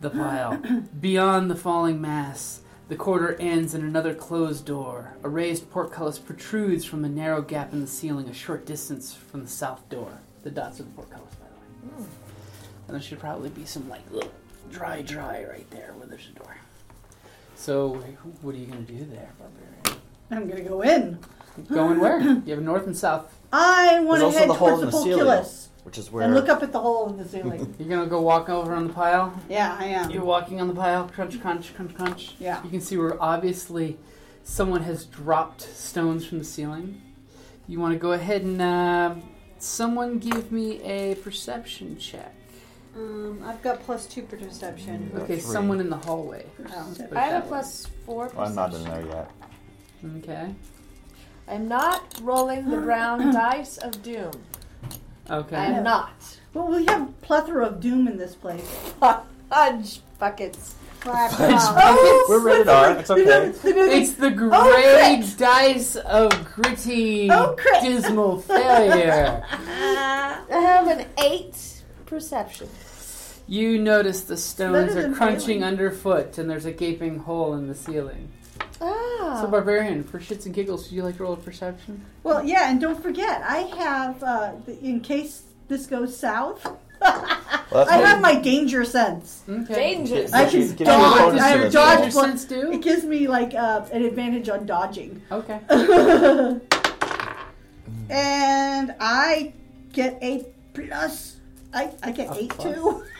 Speaker 5: The pile. Beyond the falling mass, the corridor ends in another closed door. A raised portcullis protrudes from a narrow gap in the ceiling a short distance from the south door. The dots are the portcullis, by the way. And there should probably be some, like, little dry, dry right there where there's a door. So, what are you going to do there, Barbarian?
Speaker 4: I'm gonna go in.
Speaker 5: Going where? You have a north and south.
Speaker 4: I
Speaker 3: There's
Speaker 4: want to
Speaker 3: also
Speaker 4: head
Speaker 3: the hole
Speaker 4: towards
Speaker 3: in
Speaker 4: the
Speaker 3: the ceiling,
Speaker 4: portcullis
Speaker 3: which is
Speaker 4: and
Speaker 3: where
Speaker 4: look up at the hole in the ceiling.
Speaker 5: You're going to go walk over on the pile?
Speaker 4: yeah, I am.
Speaker 5: You're walking on the pile, crunch, crunch, crunch, crunch.
Speaker 4: Yeah.
Speaker 5: You can see where obviously someone has dropped stones from the ceiling. You want to go ahead and uh, someone give me a perception check.
Speaker 6: Um, I've got plus two per
Speaker 4: Mm-hmm.
Speaker 6: perception.
Speaker 3: Got
Speaker 5: Okay,
Speaker 3: three.
Speaker 5: someone in the hallway.
Speaker 4: Oh, shit.
Speaker 5: Put it
Speaker 2: I have
Speaker 5: that
Speaker 2: a plus four.
Speaker 3: Well, I'm not in
Speaker 2: perception.
Speaker 3: there yet.
Speaker 5: Okay.
Speaker 2: I'm not rolling the brown dice of doom.
Speaker 5: Okay.
Speaker 2: I'm not.
Speaker 4: Well, we have plethora of doom in this place.
Speaker 2: Fudge buckets.
Speaker 6: Black
Speaker 3: We're rated R. It's okay.
Speaker 5: It's the great dice of gritty,
Speaker 4: Oh, crit.
Speaker 5: dismal failure.
Speaker 2: I have an eight perception.
Speaker 5: you notice the stones
Speaker 4: better
Speaker 5: are
Speaker 4: than
Speaker 5: crunching
Speaker 4: failing.
Speaker 5: underfoot, and there's a gaping hole in the ceiling.
Speaker 2: Ah.
Speaker 4: Oh.
Speaker 5: So, Barbarian, for shits and giggles, would you like to roll a perception?
Speaker 4: Well, yeah, and don't forget, I have, uh, the- in case this goes south,
Speaker 3: Well, that's
Speaker 4: I
Speaker 3: what-
Speaker 4: have my danger sense.
Speaker 5: Okay.
Speaker 2: Dangerous.
Speaker 4: I
Speaker 3: Give me-
Speaker 4: can
Speaker 3: give me a
Speaker 4: dodge.
Speaker 3: bonus
Speaker 4: I
Speaker 3: to
Speaker 4: have
Speaker 3: this
Speaker 4: dodge
Speaker 3: roll.
Speaker 5: Your sense do?
Speaker 4: It gives me like uh, an advantage on dodging,
Speaker 5: Okay.
Speaker 4: and I get a plus. I, I get eight too.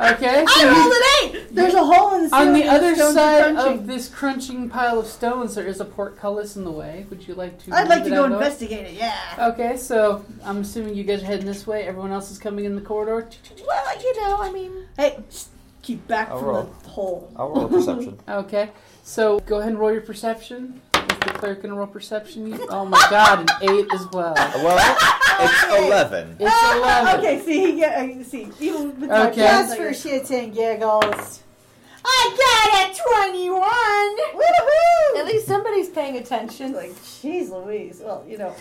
Speaker 5: Okay. so you-
Speaker 4: I rolled an eight. There's a hole in the ceiling.
Speaker 5: on the
Speaker 4: and
Speaker 5: other
Speaker 4: stones are
Speaker 5: side
Speaker 4: crunching.
Speaker 5: of this crunching pile of stones, there is a portcullis in the way. Would you like to?
Speaker 4: I'd like
Speaker 5: move
Speaker 4: to
Speaker 5: it
Speaker 4: go
Speaker 5: out of the way?
Speaker 4: investigate it. Yeah.
Speaker 5: Okay, so I'm assuming you guys are heading this way. Everyone else is coming in the corridor.
Speaker 2: Well, you know, I mean,
Speaker 4: Hey, shh, keep back
Speaker 3: I'll
Speaker 4: from
Speaker 3: roll.
Speaker 4: the hole.
Speaker 3: I'll roll a perception.
Speaker 5: Okay, so go ahead and roll your perception. Is the clerk gonna roll perception? You- Oh my god, an eight as well.
Speaker 3: Well, it's eleven.
Speaker 5: It's eleven.
Speaker 4: Ah, Okay, see, he get, uh, see, even with my
Speaker 5: Okay.
Speaker 4: plans,
Speaker 6: Just
Speaker 4: I
Speaker 6: for
Speaker 4: get-
Speaker 6: shits and giggles. I got a 21! Woohoo!
Speaker 2: at least somebody's paying attention.
Speaker 4: like, jeez, Louise. Well, you know,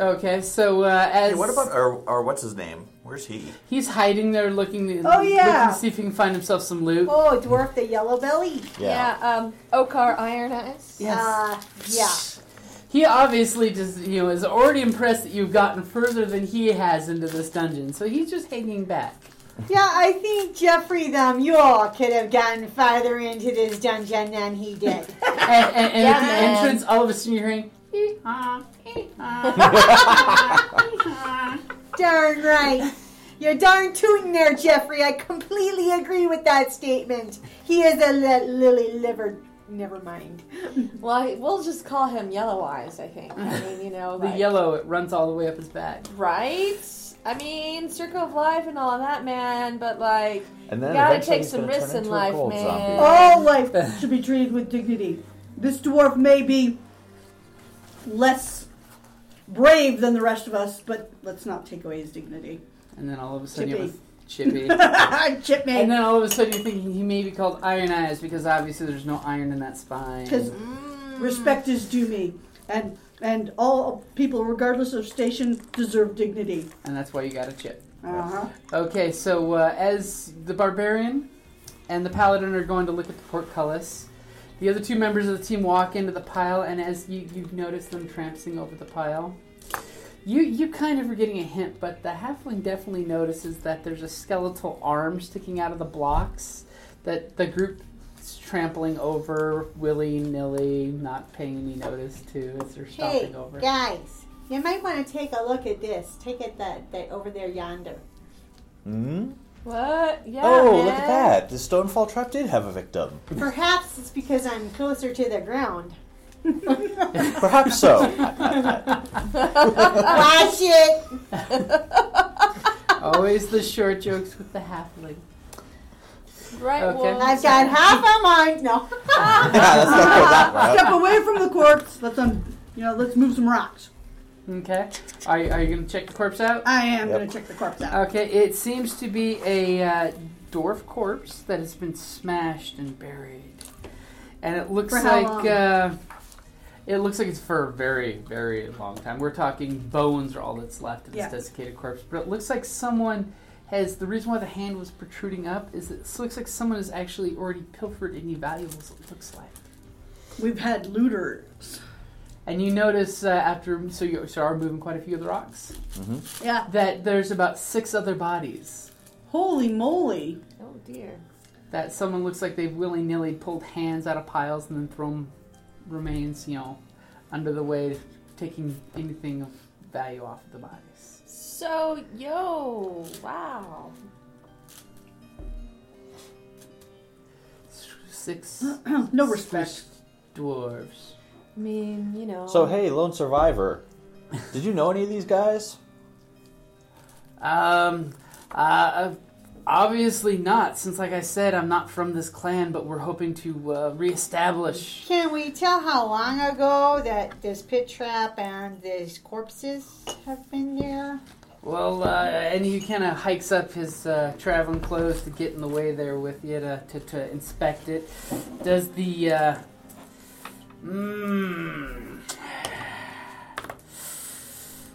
Speaker 5: Okay, so uh, as
Speaker 3: Hey, what about our, our what's his name? Where's he?
Speaker 5: he's hiding there, looking,
Speaker 4: Oh, yeah.
Speaker 5: looking to see if he can find himself some loot.
Speaker 6: Oh, dwarf the yellow belly.
Speaker 2: yeah. um, Okar Iron Eyes.
Speaker 5: Yes.
Speaker 6: Uh, yeah.
Speaker 5: He obviously just you know is already impressed that you've gotten further than he has into this dungeon, so he's just hanging back.
Speaker 6: Yeah, I think Jeffrey them you all could have gotten farther into this dungeon than he did.
Speaker 5: And, and, and at the
Speaker 2: Yeah.
Speaker 5: entrance, all of a sudden you're hearing. "Hee-haw, hee-haw, hee-haw."
Speaker 6: darn right. You're darn tootin' there, Jeffrey. I completely agree with that statement. He is a li- lily livered. Never mind.
Speaker 2: Well, I- we'll just call him Yellow Eyes, I think. I mean, you know,
Speaker 5: the
Speaker 2: like,
Speaker 5: yellow it runs all the way up his back.
Speaker 2: Right? I mean, circle of life and all that, man, but like,
Speaker 3: And then
Speaker 2: You gotta
Speaker 3: eventually
Speaker 2: take
Speaker 3: he's
Speaker 2: some
Speaker 3: gonna
Speaker 2: risks
Speaker 3: turn
Speaker 2: in
Speaker 3: into a
Speaker 2: life,
Speaker 3: gold
Speaker 2: man.
Speaker 3: zombie.
Speaker 4: all life should be treated with dignity. This dwarf may be less brave than the rest of us, but let's not take away his dignity.
Speaker 5: And then all of a sudden you have a
Speaker 4: Chippy.
Speaker 5: chippy. and
Speaker 4: Chipmate.
Speaker 5: then all of a sudden you're thinking he may be called Iron Eyes because obviously there's no iron in that spine.
Speaker 4: Because respect is due me, and and all people, regardless of station, deserve dignity.
Speaker 5: And that's why you got a chip.
Speaker 4: Uh-huh.
Speaker 5: Okay, so uh, as the barbarian and the paladin are going to look at the portcullis, the other two members of the team walk into the pile, and as you, you notice them tramping over the pile, you you kind of are getting a hint, but the halfling definitely notices that there's a skeletal arm sticking out of the blocks that the group is trampling over willy nilly, not paying any notice to as they're stomping
Speaker 6: Hey,
Speaker 5: over.
Speaker 6: guys, you might want to take a look at this. Take it that, that over there yonder.
Speaker 3: Hmm?
Speaker 2: what? Yeah.
Speaker 3: oh,
Speaker 2: man.
Speaker 3: look at that! The Stonefall trap did have a victim.
Speaker 6: Perhaps it's because I'm closer to the ground.
Speaker 3: Perhaps so.
Speaker 6: Watch it!
Speaker 5: Always the short jokes with the halfling.
Speaker 2: Right,
Speaker 5: Okay.
Speaker 2: well,
Speaker 6: I've got half a mind. No.
Speaker 3: yeah, let's not go that route.
Speaker 4: Step away from the corpse. Let's um, you know, let's move some rocks.
Speaker 5: Okay, are you, are you going to check the corpse out?
Speaker 4: I am
Speaker 3: Yep.
Speaker 4: gonna check the corpse out.
Speaker 5: Okay, it seems to be a uh, dwarf corpse that has been smashed and buried, and it looks
Speaker 4: For how
Speaker 5: like
Speaker 4: long?
Speaker 5: uh, it looks like it's for a very, very long time. We're talking bones are all that's left of this
Speaker 4: Yeah.
Speaker 5: desiccated corpse, but it looks like someone has the reason why the hand was protruding up is it looks like someone has actually already pilfered any valuables. It looks like.
Speaker 4: We've had looters.
Speaker 5: And you notice uh, after, so you so are moving quite a few of the rocks,
Speaker 4: Yeah.
Speaker 5: that there's about six other bodies
Speaker 4: Holy moly.
Speaker 2: Oh dear.
Speaker 5: that someone looks like they've willy nilly pulled hands out of piles and then thrown remains, you know, under the way, taking anything of value off of the bodies.
Speaker 2: So yo, wow.
Speaker 5: Six
Speaker 4: No respect.
Speaker 5: squished dwarves.
Speaker 2: I mean, you know.
Speaker 3: So hey, lone survivor, did you know any of these guys?
Speaker 5: Um, uh, obviously not, since, like I said, I'm not from this clan, but we're hoping to uh, reestablish.
Speaker 6: Can we tell how long ago that this pit trap and these corpses have been there?
Speaker 5: Well, uh, and he kind of hikes up his uh, traveling clothes to get in the way there with you to, to, to inspect it. Does the. Uh, mm,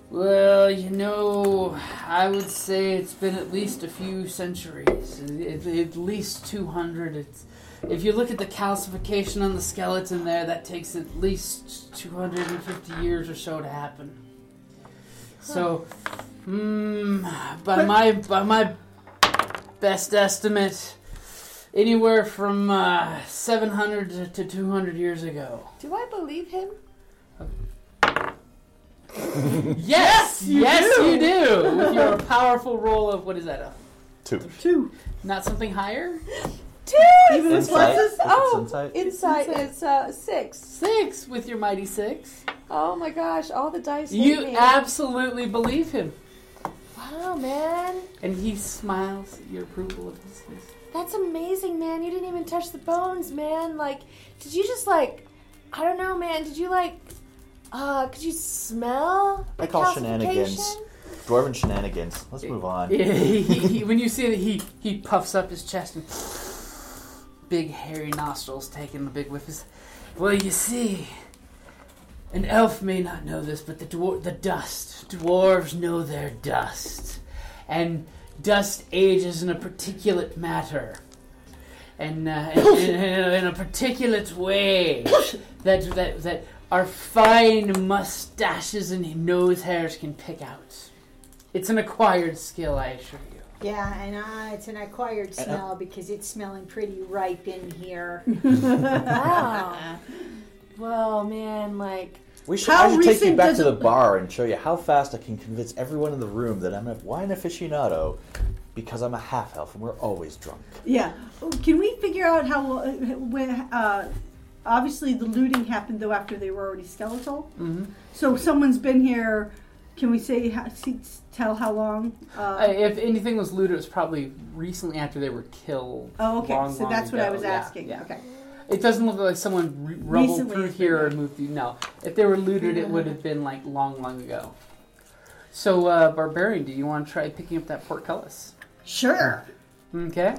Speaker 5: well, you know, I would say it's been at least a few centuries, at, at least 200. It's, if you look at the calcification on the skeleton there, that takes at least 250 years or so to happen. So, mm, by my by my best estimate, anywhere from uh, 700 to- to 200 years ago.
Speaker 2: Do I believe him?
Speaker 5: Yes,
Speaker 4: you
Speaker 5: yes,
Speaker 4: do.
Speaker 5: you do. With your powerful roll of what is that? A,
Speaker 3: Two.
Speaker 4: Two.
Speaker 5: not something higher?
Speaker 2: Two
Speaker 4: Even with pluses?
Speaker 2: Oh,
Speaker 3: insight?
Speaker 2: Insight is uh, six.
Speaker 5: Six with your mighty six.
Speaker 2: Oh my gosh, all the dice. hate
Speaker 5: You
Speaker 2: me.
Speaker 5: absolutely believe him,
Speaker 2: wow, man.
Speaker 5: and he smiles at your approval of his. his-
Speaker 2: That's amazing, man. You didn't even touch the bones, man. Like, did you just like, I don't know, man. Did you like, uh, could you smell?
Speaker 3: I
Speaker 2: the
Speaker 3: call shenanigans.
Speaker 2: calcification?
Speaker 3: Dwarven shenanigans. Let's move on.
Speaker 5: he, he- he- when you see that, he he puffs up his chest and big hairy nostrils, taking the big whiffs. Well, you see, an elf may not know this, but the dwar- the dust dwarves know their dust, and dust ages in a particulate matter. And uh, in, in- in a particulate way that, that that our fine mustaches and nose hairs can pick out. It's an acquired skill, I assure you.
Speaker 6: Yeah, and uh, it's an acquired smell because it's smelling pretty ripe in here.
Speaker 2: Wow. well, Oh, man, like,
Speaker 3: We should,
Speaker 4: How
Speaker 3: I should take you
Speaker 4: recent
Speaker 3: back
Speaker 4: does
Speaker 3: to the
Speaker 4: it-
Speaker 3: bar and show you how fast I can convince everyone in the room that I'm a wine aficionado because I'm a half elf and we're always drunk.
Speaker 4: Yeah. Oh, Can we figure out how, uh, when, uh, obviously the looting happened though after they were already skeletal? Mm-hmm. So someone's been here. Can we say, how- see, tell how long?
Speaker 5: Uh,
Speaker 4: Uh,
Speaker 5: If anything was looted, it was probably recently after they were killed.
Speaker 4: oh, okay.
Speaker 5: long,
Speaker 4: so
Speaker 5: long
Speaker 4: that's what I
Speaker 5: ago.
Speaker 4: was
Speaker 5: Yeah,
Speaker 4: asking.
Speaker 5: yeah.
Speaker 4: Okay.
Speaker 5: It doesn't look like someone re- rumbled
Speaker 4: Recently
Speaker 5: through
Speaker 4: it's been
Speaker 5: here and moved through. No, if they were looted, it would have been like long, long ago. So, uh, barbarian, do you want to try picking up that portcullis?
Speaker 4: Sure.
Speaker 5: Okay.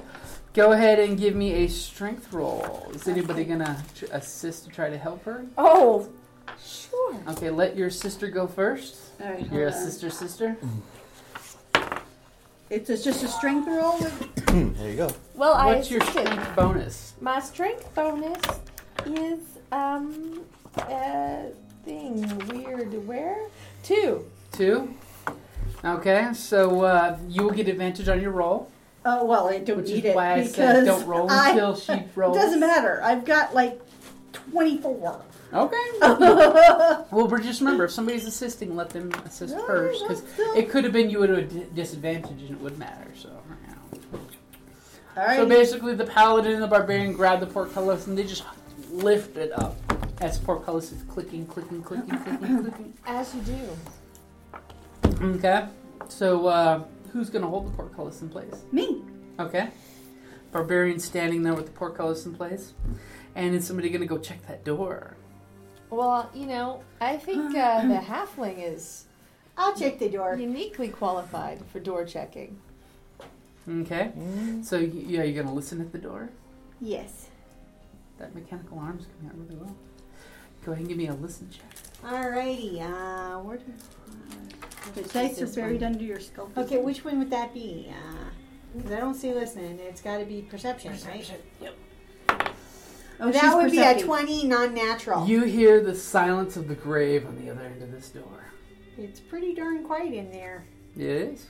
Speaker 5: Go ahead and give me a strength roll. Is anybody gonna tr- assist to try to help her?
Speaker 2: oh, sure.
Speaker 5: Okay, let your sister go first.
Speaker 4: All right.
Speaker 5: Your
Speaker 4: hold on.
Speaker 5: sister, sister.
Speaker 4: It's it's just a strength roll. with-
Speaker 3: There you go.
Speaker 2: Well, I
Speaker 5: What's your
Speaker 2: assisted.
Speaker 5: strength bonus?
Speaker 2: My strength bonus is um a thing weird where two.
Speaker 5: Two. Okay, so uh, you will get advantage on your roll,
Speaker 4: Oh well, I don't
Speaker 5: which is
Speaker 4: need it
Speaker 5: why I
Speaker 4: because
Speaker 5: said don't roll
Speaker 4: I-
Speaker 5: until she rolls.
Speaker 4: It doesn't matter. I've got like twenty-four.
Speaker 5: Okay. well, but just remember, if somebody's assisting, let them assist
Speaker 4: No,
Speaker 5: first, because
Speaker 4: that's still-
Speaker 5: it could have been you at a d- disadvantage and it would matter. So. yeah.
Speaker 4: All right.
Speaker 5: So basically, the paladin and the barbarian grab the portcullis and they just lift it up as portcullis is clicking, clicking, clicking, clicking, clicking.
Speaker 2: As you do.
Speaker 5: Okay. So uh, who's gonna hold the portcullis in place?
Speaker 4: Me.
Speaker 5: Okay. Barbarian standing there with the portcullis in place. And is somebody gonna go check that door?
Speaker 2: Well, you know, I think uh, the halfling is
Speaker 6: I'll check the door.
Speaker 2: uniquely qualified for door checking.
Speaker 5: Okay. So y- yeah, you're gonna listen at the door.
Speaker 6: Yes.
Speaker 5: That mechanical arm's coming out really well. Go ahead and give me a listen check.
Speaker 6: Alrighty. Uh, where do,
Speaker 4: The
Speaker 6: which
Speaker 4: dice are
Speaker 6: is this
Speaker 4: buried
Speaker 6: one?
Speaker 4: under your skull.
Speaker 6: Okay, which one would that be? Uh, 'cause I don't see listening. It's got to be perception, right?
Speaker 4: Oh, she's
Speaker 6: that would be a
Speaker 4: perceptive.
Speaker 6: twenty, non-natural.
Speaker 5: You hear the silence of the grave on the other end of this door.
Speaker 6: It's pretty darn quiet in there.
Speaker 5: Yes.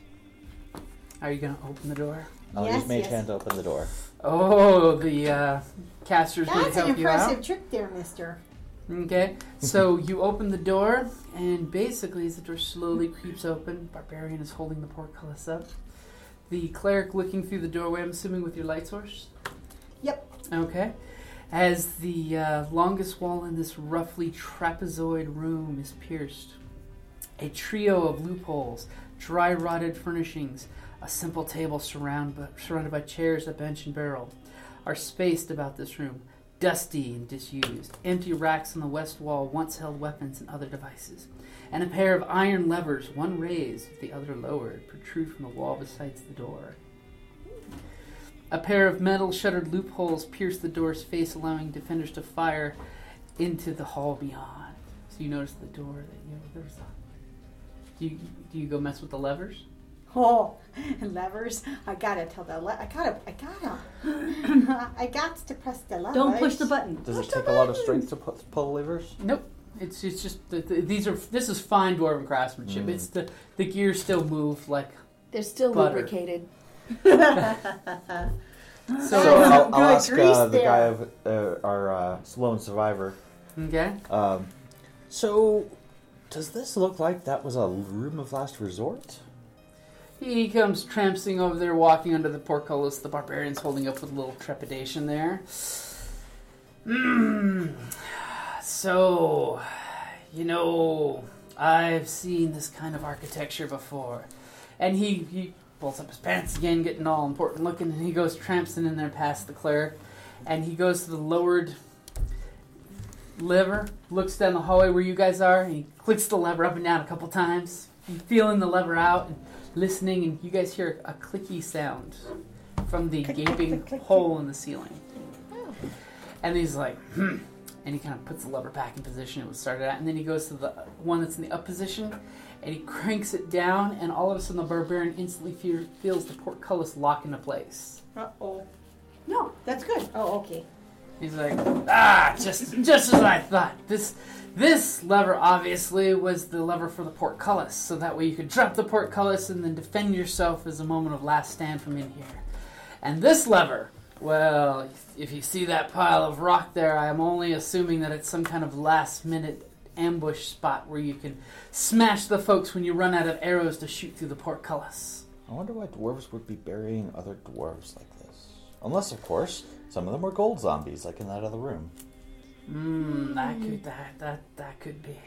Speaker 5: Are you gonna open the door?
Speaker 3: I'll
Speaker 6: Yes,
Speaker 3: use mage
Speaker 6: yes.
Speaker 3: hand to open the door.
Speaker 5: Oh, the uh, caster's gonna
Speaker 6: That's an
Speaker 5: help you out.
Speaker 6: impressive trick there, Mister.
Speaker 5: Okay, so you open the door, and basically, as the door slowly creeps open, Barbarian is holding the portcullis up. The cleric looking through the doorway, I'm assuming with your light source?
Speaker 6: Yep.
Speaker 5: Okay. As the uh, longest wall in this roughly trapezoid room is pierced, a trio of loopholes, dry rotted furnishings, a simple table surround bu- surrounded by chairs, a bench, and barrel are spaced about this room, dusty and disused. Empty racks on the west wall once held weapons and other devices, and a pair of iron levers, one raised, the other lowered, protrude from the wall besides the door. A pair of metal shuttered loopholes pierce the door's face, allowing defenders to fire into the hall beyond. So you notice the door that you there's. A, do you do you go mess with the levers?
Speaker 6: Oh, levers! I gotta tell the. Le- I gotta. I gotta. I got to press the levers.
Speaker 4: Don't push the button.
Speaker 3: Does it take a lot of strength to pu- pull levers?
Speaker 5: Nope. It's it's just the, the, these are this is fine dwarven craftsmanship. It's the the gears still move like
Speaker 2: They're still
Speaker 5: Butter.
Speaker 2: lubricated.
Speaker 3: So I'll, I'll ask uh, the guy of uh, our uh, lone survivor.
Speaker 5: okay.
Speaker 3: Um, so, does this look like that was a room of last resort?
Speaker 5: He comes trampsing over there, walking under the portcullis. The barbarian's holding up with a little trepidation there. Mm. So, you know, I've seen this kind of architecture before. And he, he pulls up his pants again, getting all important looking, and he goes trampsing in there past the cleric. And he goes to the lowered lever, looks down the hallway where you guys are, and he clicks the lever up and down a couple times, feeling the lever out and listening, and you guys hear a clicky sound from the gaping hole in the ceiling. And he's like, hmm. And he kind of puts the lever back in position it was started at, and then he goes to the one that's in the up position, and he cranks it down, and all of a sudden the barbarian instantly fear, feels the portcullis lock into place.
Speaker 6: Uh oh.
Speaker 4: No, that's good.
Speaker 6: Oh, okay.
Speaker 5: He's like, ah, just just as I thought. This this lever obviously was the lever for the portcullis, so that way you could drop the portcullis and then defend yourself as a moment of last stand from in here. And this lever, well, if you see that pile of rock there, I am only assuming that it's some kind of last minute ambush spot where you can smash the folks when you run out of arrows to shoot through the portcullis.
Speaker 3: I wonder why dwarves would be burying other dwarves like this. Unless, of course, some of them were gold zombies, like in that other room.
Speaker 5: Mm, that could that that that could be.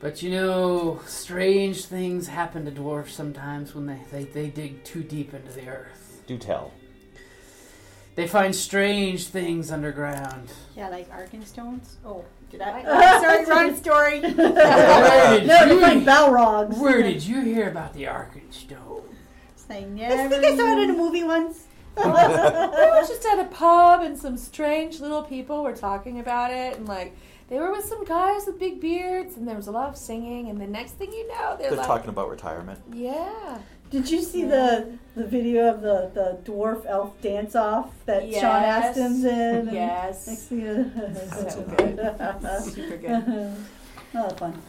Speaker 5: But you know, strange things happen to dwarves sometimes when they, they, they dig too deep into the earth.
Speaker 3: Do tell.
Speaker 5: They find strange things underground.
Speaker 6: Yeah, like Arkenstones. Oh, did I?
Speaker 4: Sorry,
Speaker 6: Sorry,
Speaker 4: wrong
Speaker 6: wrong story.
Speaker 5: Where did,
Speaker 4: No, it's like
Speaker 5: you,
Speaker 4: Balrogs.
Speaker 5: where did you hear about the Arkenstone?
Speaker 6: I
Speaker 4: I
Speaker 6: never.
Speaker 4: think I saw it in a movie once.
Speaker 2: I was just at a pub and some strange little people were talking about it and like they were with some guys with big beards and there was a lot of singing and the next thing you know they're,
Speaker 3: They're
Speaker 2: like
Speaker 3: talking about retirement.
Speaker 2: yeah
Speaker 4: Did you see the the video of the, the dwarf elf dance off that
Speaker 2: Yes.
Speaker 4: Sean Astin's in? And
Speaker 2: yes
Speaker 4: Next thing you-
Speaker 2: so good super good
Speaker 4: oh, fun.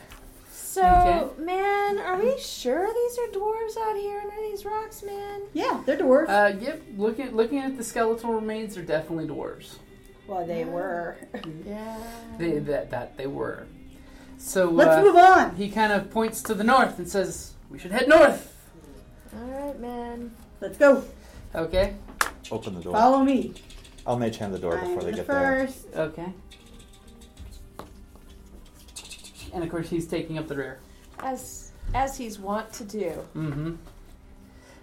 Speaker 2: so
Speaker 5: Okay.
Speaker 2: man are we sure these are dwarves out here under these rocks man
Speaker 4: Yeah, they're dwarfs.
Speaker 5: Uh, yep, looking looking at the skeletal remains, they're definitely dwarves.
Speaker 6: Well, they were.
Speaker 2: yeah
Speaker 5: They, that, that they were. So
Speaker 4: Let's
Speaker 5: uh,
Speaker 4: move on.
Speaker 5: he kind of points to the north and says, "We should head north."
Speaker 2: all right man
Speaker 4: Let's go.
Speaker 5: Okay.
Speaker 3: Open the door.
Speaker 4: Follow me.
Speaker 3: I'll mage hand the door
Speaker 6: I'm
Speaker 3: before they
Speaker 6: the
Speaker 3: get there.
Speaker 6: first.
Speaker 5: Okay. And of course, he's taking up the rear.
Speaker 2: as as he's wont to do
Speaker 5: Mm-hmm.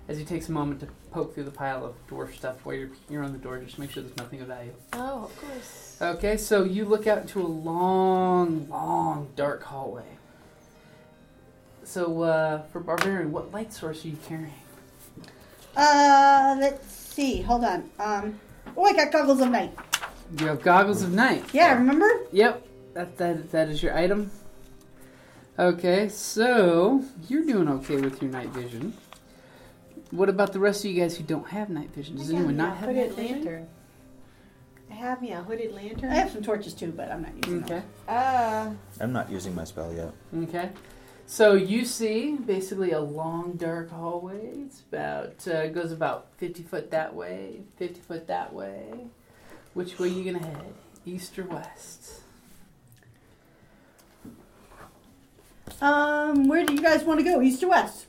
Speaker 5: As he takes a moment to poke through the pile of dwarf stuff while you're peeking around the door, just to make sure there's nothing of value.
Speaker 2: oh of course
Speaker 5: Okay, so you look out into a long, long, dark hallway. So, uh, for Barbarian, what light source are you carrying?
Speaker 4: Uh, let's see. Hold on. Um, oh, I got goggles of night.
Speaker 5: You have goggles of night.
Speaker 4: Yeah, remember?
Speaker 5: Yep. That that that is your item. Okay, so you're doing okay with your night vision. What about the rest of you guys who don't have night vision? Does anyone not have night
Speaker 6: hooded
Speaker 5: vision?
Speaker 6: lantern? I have me a hooded lantern.
Speaker 4: I have some torches too, but I'm not using
Speaker 5: Okay.
Speaker 4: them.
Speaker 6: Uh,
Speaker 3: I'm not using my spell yet.
Speaker 5: Okay. So you see basically a long dark hallway. It's about uh, goes about fifty foot that way, fifty foot that way. Which way you gonna head? East or west?
Speaker 4: Um, where do you guys want to go? East or west?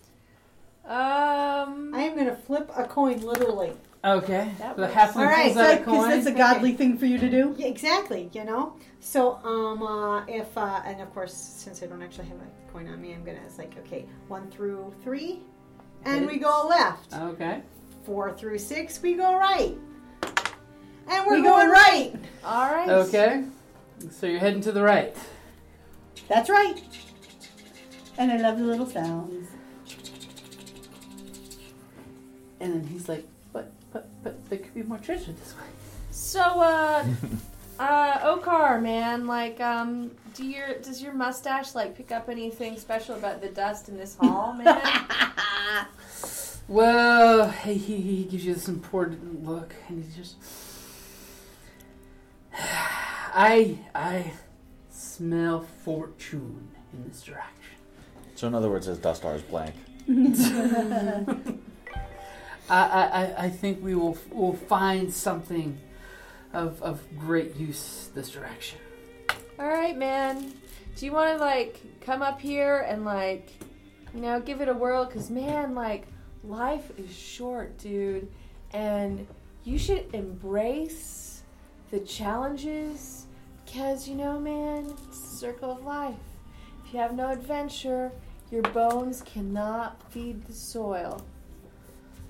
Speaker 2: Um.
Speaker 6: I am gonna flip a coin, literally.
Speaker 5: Okay.
Speaker 2: That
Speaker 5: the
Speaker 2: way.
Speaker 5: half
Speaker 6: All right,
Speaker 5: pulls
Speaker 6: so
Speaker 5: out a
Speaker 4: Because that's a
Speaker 5: coin.
Speaker 4: godly thing for you to do.
Speaker 6: Yeah, exactly. You know. So um, uh, if uh, and of course, since I don't actually have a coin on me, I'm gonna. It's like okay, one through three, and we go left.
Speaker 5: Okay.
Speaker 6: Four through six, we go right, and we're
Speaker 4: We go
Speaker 6: going right.
Speaker 2: All right.
Speaker 5: Okay. So you're heading to the right.
Speaker 4: That's right. And I love the little sounds.
Speaker 5: And then he's like, but, but, but there could be more treasure this way.
Speaker 2: So, uh, uh, Okar, man, like, um, do your does your mustache like pick up anything special about the dust in this hall, man?
Speaker 5: Well, he, he, he gives you this important look, and he's just. I, I smell fortune in this direction.
Speaker 3: So in other words, his Dustar is blank.
Speaker 5: I, I, I- I think we will will find something of, of great use this direction.
Speaker 2: All right, man. Do you want to like come up here and like, you know, give it a whirl? Cause man, like, life is short, dude, and you should embrace the challenges. Cause you know, man, it's the circle of life. If you have no adventure, your bones cannot feed the soil.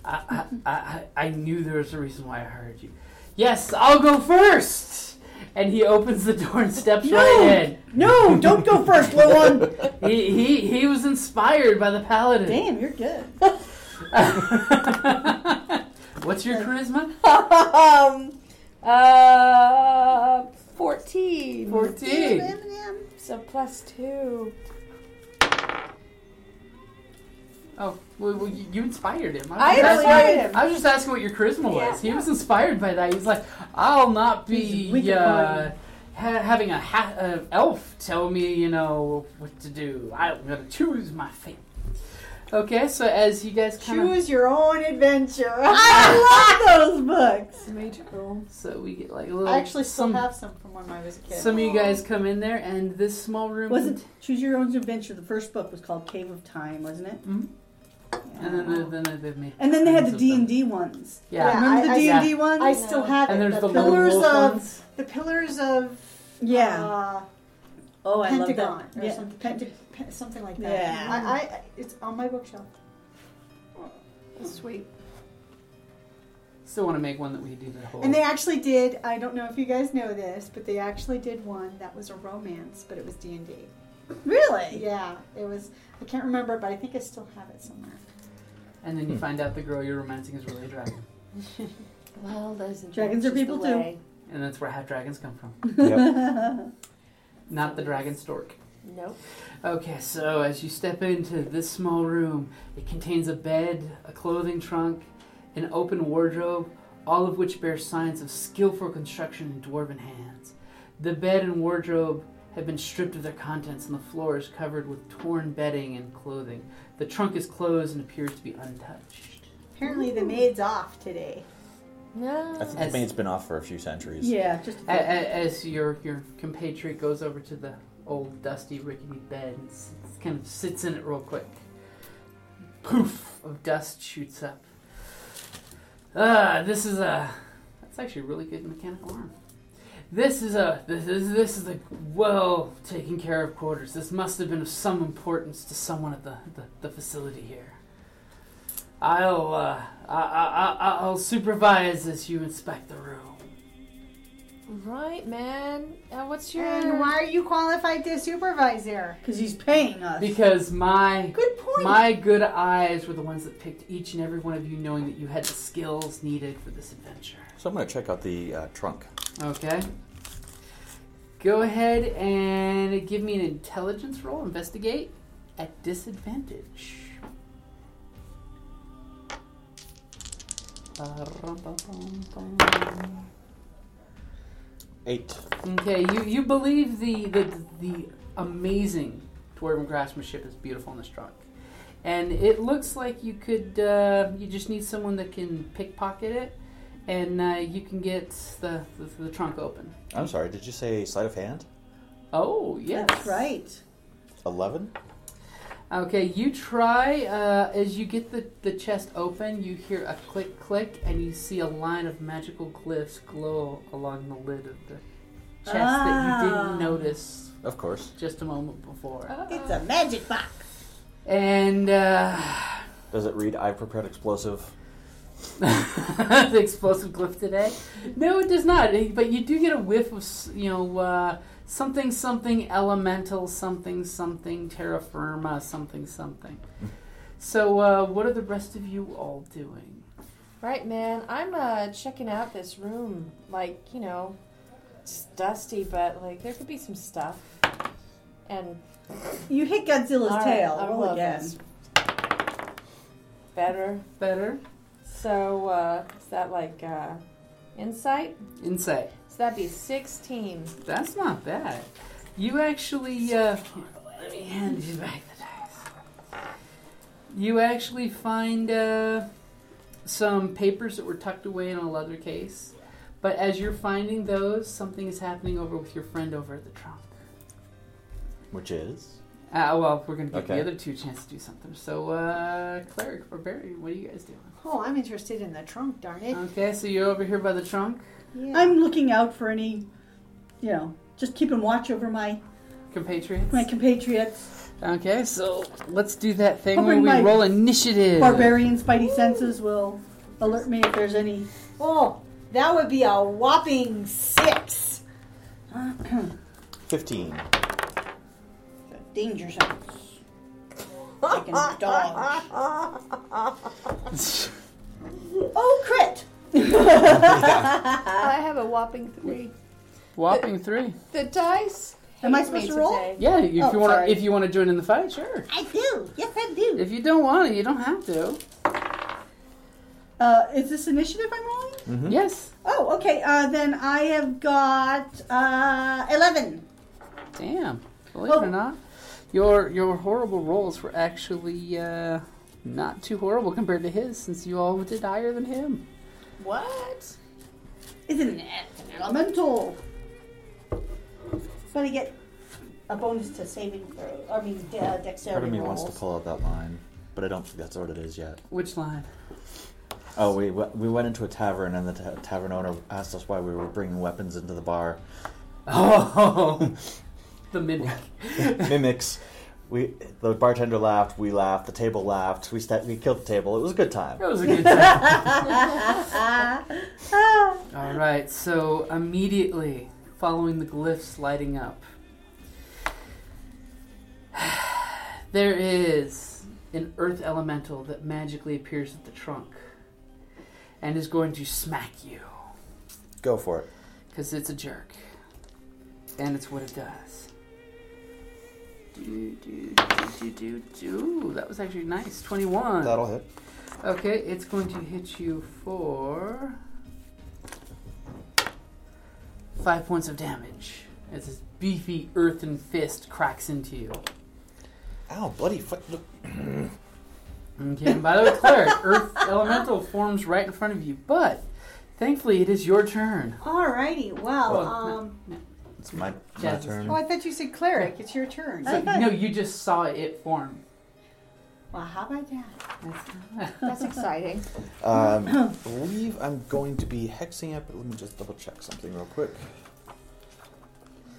Speaker 5: I, I, I, I knew there was a reason why I hired you. Yes, I'll go first. And he opens the door and steps right in.
Speaker 4: No, don't go first, little one.
Speaker 5: He, he, he was inspired by the paladin.
Speaker 4: Damn, you're good.
Speaker 5: What's your charisma?
Speaker 2: um, uh, fourteen.
Speaker 5: 14.
Speaker 2: So plus two.
Speaker 5: Oh, well, well, you you inspired him.
Speaker 2: I
Speaker 5: was just
Speaker 2: inspired
Speaker 5: asking-
Speaker 2: him.
Speaker 5: I was just asking what your charisma
Speaker 2: Yeah,
Speaker 5: was. He was inspired by that. He's like, I'll not
Speaker 4: He's a
Speaker 5: be
Speaker 4: wicked
Speaker 5: uh, ha- having a ha- uh, elf tell me, you know, what to do. I'm going to choose my fate. Okay, so as you guys kind of.
Speaker 6: Choose your own adventure.
Speaker 4: I love those books.
Speaker 2: Major
Speaker 5: So we get like a little.
Speaker 6: I actually still
Speaker 5: some,
Speaker 6: have some from when I was a kid.
Speaker 5: Some of you guys come in there, and this small room.
Speaker 4: Wasn't Choose Your Own Adventure? The first book was called Cave of Time, wasn't it?
Speaker 5: Mhm. And then, they- then they- they've made.
Speaker 4: And then they had the D
Speaker 5: tons
Speaker 4: and
Speaker 5: of them.
Speaker 4: D ones.
Speaker 5: Yeah.
Speaker 6: Yeah.
Speaker 4: Remember
Speaker 6: I-
Speaker 4: the D
Speaker 5: I-
Speaker 4: and D ones?
Speaker 6: I still have
Speaker 5: And
Speaker 6: it.
Speaker 5: there's the,
Speaker 6: the,
Speaker 5: lone
Speaker 6: pillars
Speaker 5: wolf
Speaker 6: of
Speaker 5: ones.
Speaker 6: the pillars of
Speaker 4: yeah.
Speaker 6: uh,
Speaker 4: oh, I
Speaker 6: Pentagon
Speaker 4: love
Speaker 6: or
Speaker 4: that. Yeah.
Speaker 6: something, Penta- pe- something like that.
Speaker 4: Yeah.
Speaker 6: I, I it's on my bookshelf.
Speaker 2: Sweet.
Speaker 5: Still want to make one that we do the whole.
Speaker 6: And they actually did. I don't know if you guys know this, but they actually did one that was a romance, but it was D and D.
Speaker 4: Really?
Speaker 6: Yeah, it was. I can't remember, but I think I still have it somewhere.
Speaker 5: And then you find out the girl you're romancing is really a dragon,
Speaker 2: Well, those are
Speaker 4: Dragons are people too.
Speaker 5: and that's where half dragons come from,
Speaker 3: Yep.
Speaker 5: not the dragon stork.
Speaker 2: Nope.
Speaker 5: Okay, so as you step into this small room, it contains a bed, a clothing trunk, an open wardrobe, all of which bear signs of skillful construction in dwarven hands. The bed and wardrobe have been stripped of their contents, and the floor is covered with torn bedding and clothing. The trunk is closed and appears to be untouched.
Speaker 6: Apparently, the maid's off today.
Speaker 3: I
Speaker 2: No.
Speaker 3: think the maid's been off for a few centuries.
Speaker 4: Yeah. Just.
Speaker 5: A- a- As your your compatriot goes over to the old dusty rickety bed and s- kind of sits in it real quick, poof of dust shoots up. Ah, this is a that's actually a really good mechanical arm. This is a this is this is a well taken care of quarters. This must have been of some importance to someone at the the, the facility here. I'll uh, I, I, I, I'll supervise as you inspect the room.
Speaker 2: Right, man. Uh, what's your
Speaker 6: And why are you qualified to supervise there?
Speaker 4: Because he's paying us.
Speaker 5: Because my
Speaker 6: Good point.
Speaker 5: my good eyes were the ones that picked each and every one of you, knowing that you had the skills needed for this adventure.
Speaker 3: So I'm going to check out the uh, trunk.
Speaker 5: Okay. Go ahead and give me an intelligence roll. Investigate at disadvantage. Ba-rum-bum-bum-bum.
Speaker 3: Eight.
Speaker 5: Okay, you, you believe the, the the amazing dwarven craftsmanship is beautiful in this trunk, and it looks like you could uh, you just need someone that can pickpocket it, and uh, you can get the, the the trunk open.
Speaker 3: I'm sorry, did you say sleight of hand?
Speaker 5: Oh yes,
Speaker 4: That's right.
Speaker 3: 11?
Speaker 5: Okay, you try uh, as you get the the chest open. You hear a click click, and you see a line of magical glyphs glow along the lid of the chest that you
Speaker 4: Ah.
Speaker 5: didn't notice
Speaker 3: Of course.
Speaker 5: just a moment before.
Speaker 4: It's a magic box.
Speaker 5: And uh,
Speaker 3: Does it read I've prepared explosive?
Speaker 5: the explosive glyph today? No, it does not. But you do get a whiff of s- you know uh, something something elemental something something terra firma something something. So uh, what are the rest of you all doing?
Speaker 2: right, man? I'm uh checking out this room. Like you know, it's dusty, but like there could be some stuff. And
Speaker 4: You hit Godzilla's
Speaker 2: all right,
Speaker 4: tail.
Speaker 2: I
Speaker 4: Roll
Speaker 2: love
Speaker 4: again.
Speaker 2: this. Better.
Speaker 5: Better
Speaker 2: So uh, is that like uh, insight?
Speaker 5: insight.
Speaker 2: So that'd be sixteen.
Speaker 5: That's not bad. You actually, uh, let me hand you back the dice. You actually find uh, some papers that were tucked away in a leather case. But as you're finding those, something is happening over with your friend over at the trunk.
Speaker 3: Which is?
Speaker 5: Uh, well, we're going to give
Speaker 3: Okay.
Speaker 5: the other two a chance to do something. So, uh, Cleric or Barry, what are you guys doing?
Speaker 6: Oh, I'm interested in the trunk, darn it.
Speaker 5: Okay, so you're over here by the trunk.
Speaker 6: Yeah.
Speaker 4: I'm looking out for any, you know, just keeping watch over my
Speaker 5: Compatriots.
Speaker 4: my compatriots.
Speaker 5: Okay, so let's do that thing
Speaker 4: I'll
Speaker 5: where
Speaker 4: bring
Speaker 5: we
Speaker 4: my
Speaker 5: roll initiative.
Speaker 4: Barbarian spidey senses will alert me if there's any.
Speaker 6: oh, that would be a whopping six.
Speaker 3: 15.
Speaker 4: Danger signs. I can dodge.
Speaker 6: Oh, crit.
Speaker 4: Uh,
Speaker 2: I have a whopping three.
Speaker 5: Whopping three.
Speaker 2: The dice.
Speaker 4: Am I
Speaker 2: hate me
Speaker 4: supposed to roll?
Speaker 2: today.
Speaker 5: Yeah, if
Speaker 4: Oh,
Speaker 5: you want
Speaker 4: sorry.
Speaker 5: to, if you want to join in the fight, sure.
Speaker 4: I do. Yes, I do.
Speaker 5: If you don't want to, you don't have to.
Speaker 4: Uh, is this initiative I'm rolling?
Speaker 5: Mm-hmm. Yes.
Speaker 4: Oh, okay. Uh, then I have got uh, eleven.
Speaker 5: Damn. Believe it
Speaker 4: Oh.
Speaker 5: or not, your your horrible rolls were actually uh, not too horrible compared to his, since you all did higher than him.
Speaker 2: What?
Speaker 4: Isn't it elemental? But I get a bonus to saving throw. I mean, uh, dexterity
Speaker 3: Part of me wants
Speaker 4: rolls.
Speaker 3: to pull out that line, but I don't think that's what it is yet.
Speaker 5: Which line?
Speaker 3: Oh, we we we went into a tavern, and the ta- tavern owner asked us why we were bringing weapons into the bar.
Speaker 5: Oh, the mimic.
Speaker 3: Mimics. We the bartender laughed. We laughed. The table laughed. We sta we killed the table. It was a good time.
Speaker 5: That was a good time. all right. So immediately following the glyphs lighting up, there is an earth elemental that magically appears at the trunk and is going to smack you
Speaker 3: Go for it.
Speaker 5: because it's a jerk and it's what it does. Do, do, do, do, do, do. That was actually nice. 21.
Speaker 3: That'll hit.
Speaker 5: Okay, it's going to hit you for five points of damage as this beefy earthen fist cracks into you.
Speaker 3: Ow, bloody foot!
Speaker 5: Okay, and by the way, cleric, earth elemental forms right in front of you, but thankfully it is your turn.
Speaker 6: Alrighty. Well,
Speaker 3: Well,
Speaker 6: um.
Speaker 3: It's my, my
Speaker 5: Jazz is
Speaker 3: turn.
Speaker 6: Oh, I thought you said cleric. It's your turn.
Speaker 5: So, no, you just saw it form.
Speaker 6: Well, how about that?
Speaker 5: That's-
Speaker 2: That's exciting.
Speaker 3: Um, I believe I'm going to be hexing up. Let me just double check something real quick.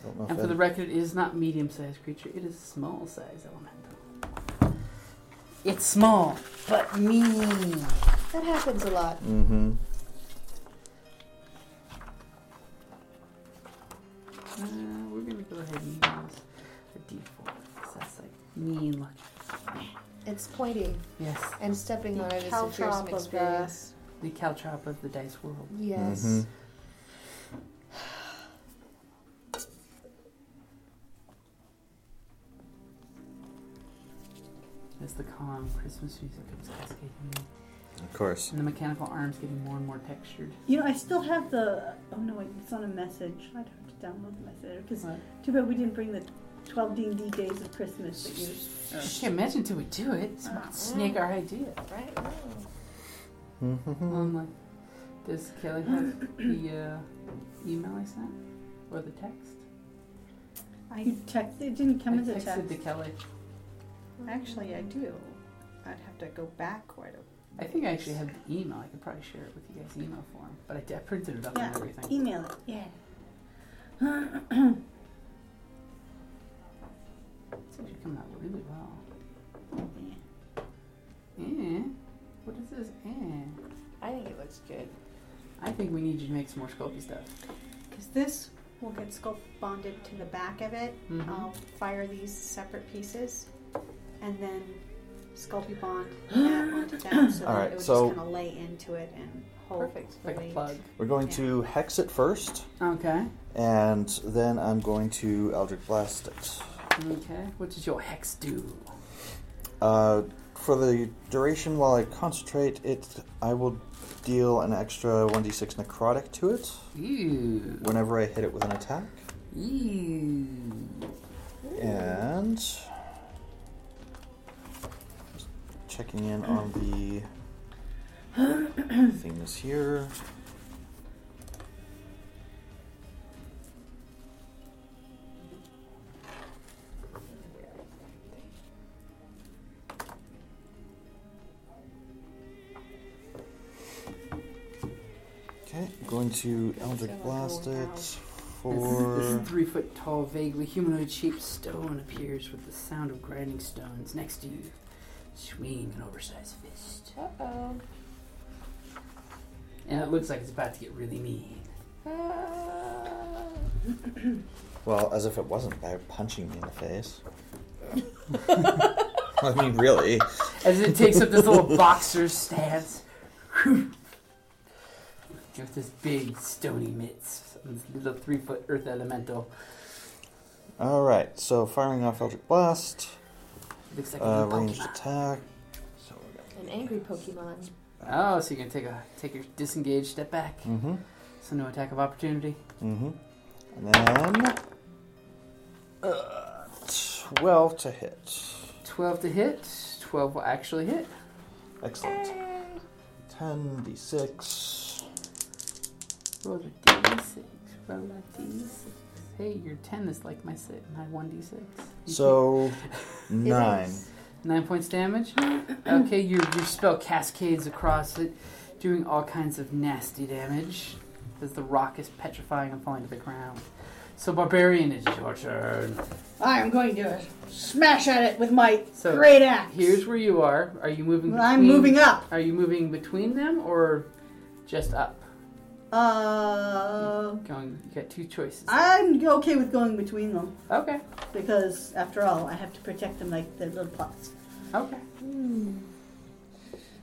Speaker 3: Don't know if
Speaker 5: and for
Speaker 3: that-
Speaker 5: the record, it is not medium sized creature, it is small sized elemental. It's small, but mean.
Speaker 2: That happens a lot.
Speaker 3: Mm-hmm.
Speaker 5: Uh, me and Lucky.
Speaker 2: It's pointy
Speaker 5: Yes,
Speaker 2: and stepping on it is a fearsome
Speaker 6: caltrop of the
Speaker 2: experience.
Speaker 5: the caltrop of the dice world.
Speaker 2: Yes.
Speaker 3: Mhm.
Speaker 5: As the calm Christmas music comes cascading in,
Speaker 3: Of course.
Speaker 5: and the mechanical arms getting more and more textured.
Speaker 4: You know, I still have the. Oh no, wait, it's on a message. I'd have to download the message because
Speaker 5: What?
Speaker 4: too bad we didn't bring the twelve D and D days of Christmas that you. uh,
Speaker 5: She imagine till we do it. It's not snake our idea.
Speaker 2: Right.
Speaker 5: Um, like, does Kelly have the uh, email I sent or the text?
Speaker 4: You text. It didn't come
Speaker 5: I
Speaker 4: as a
Speaker 5: texted
Speaker 4: text.
Speaker 5: to Kelly.
Speaker 6: Actually, I do. I'd have to go back quite a
Speaker 5: I think I actually have the email. I could probably share it with you guys email form, but I, d- I printed it up
Speaker 4: Yeah.
Speaker 5: and everything.
Speaker 4: Email it. Yeah.
Speaker 5: It's actually coming out really well. Eh? What is this? Eh?
Speaker 2: I think it looks good.
Speaker 5: I think we need you to make some more Sculpey stuff.
Speaker 6: Because this will get sculpt bonded to the back of it.
Speaker 5: Mhm.
Speaker 4: Mm-hmm.
Speaker 6: I'll fire these separate pieces and then Sculpey bond that onto that so
Speaker 3: All
Speaker 6: that
Speaker 3: right,
Speaker 6: it would
Speaker 3: so-
Speaker 6: just kind of lay into it and hold.
Speaker 2: Oh, Perfect.
Speaker 5: Like a
Speaker 6: weight.
Speaker 5: plug.
Speaker 3: We're going to hex it first,
Speaker 5: Okay.
Speaker 3: and then I'm going to Eldritch Blast it.
Speaker 5: Okay. What does your hex do?
Speaker 3: Uh, for the duration while I concentrate it, I will deal an extra 1d6 necrotic to it
Speaker 5: Ew.
Speaker 3: whenever I hit it with an attack.
Speaker 5: Ew.
Speaker 3: And. Just checking in on the things here. Okay, going to Eldritch Blast it for.
Speaker 5: This, this three foot tall, vaguely humanoid shaped stone appears with the sound of grinding stones next to you, swinging an oversized fist.
Speaker 2: Uh oh.
Speaker 5: And it looks like it's about to get really mean.
Speaker 3: Well, as if it wasn't by punching me in the face. I mean, really.
Speaker 5: As it takes up this little boxer stance. With this big stony mitts, and this little three foot earth elemental.
Speaker 3: All right, so firing off Eldritch Blast,
Speaker 5: Looks like a
Speaker 3: uh,
Speaker 5: new
Speaker 3: ranged
Speaker 5: Pokemon.
Speaker 3: attack. So we're gonna-
Speaker 2: An angry Pokemon.
Speaker 5: Oh, so you can take a take your disengage step back.
Speaker 3: Mhm.
Speaker 5: So no attack of opportunity.
Speaker 3: Mhm. And then uh, twelve to hit.
Speaker 5: Twelve to hit. Twelve will actually hit.
Speaker 3: Excellent. Ten d six.
Speaker 5: Roll a d6. Roll a d6. Hey, your 10 is like my six, my 1d6. You
Speaker 3: So nine.
Speaker 5: take Nine points damage. Okay, your, your spell cascades across it, doing all kinds of nasty damage as the rock is petrifying and falling to the ground. So, Barbarian, it's your turn.
Speaker 4: I am going to smash at it with my
Speaker 5: So,
Speaker 4: great axe.
Speaker 5: Here's where you are. Are you moving between,
Speaker 4: I'm moving up.
Speaker 5: Are you moving between them or just up?
Speaker 4: Uh,
Speaker 5: Going, you got two choices.
Speaker 4: I'm okay with going between them
Speaker 5: okay,
Speaker 4: because, after all, I have to protect them like their little plots.
Speaker 5: okay.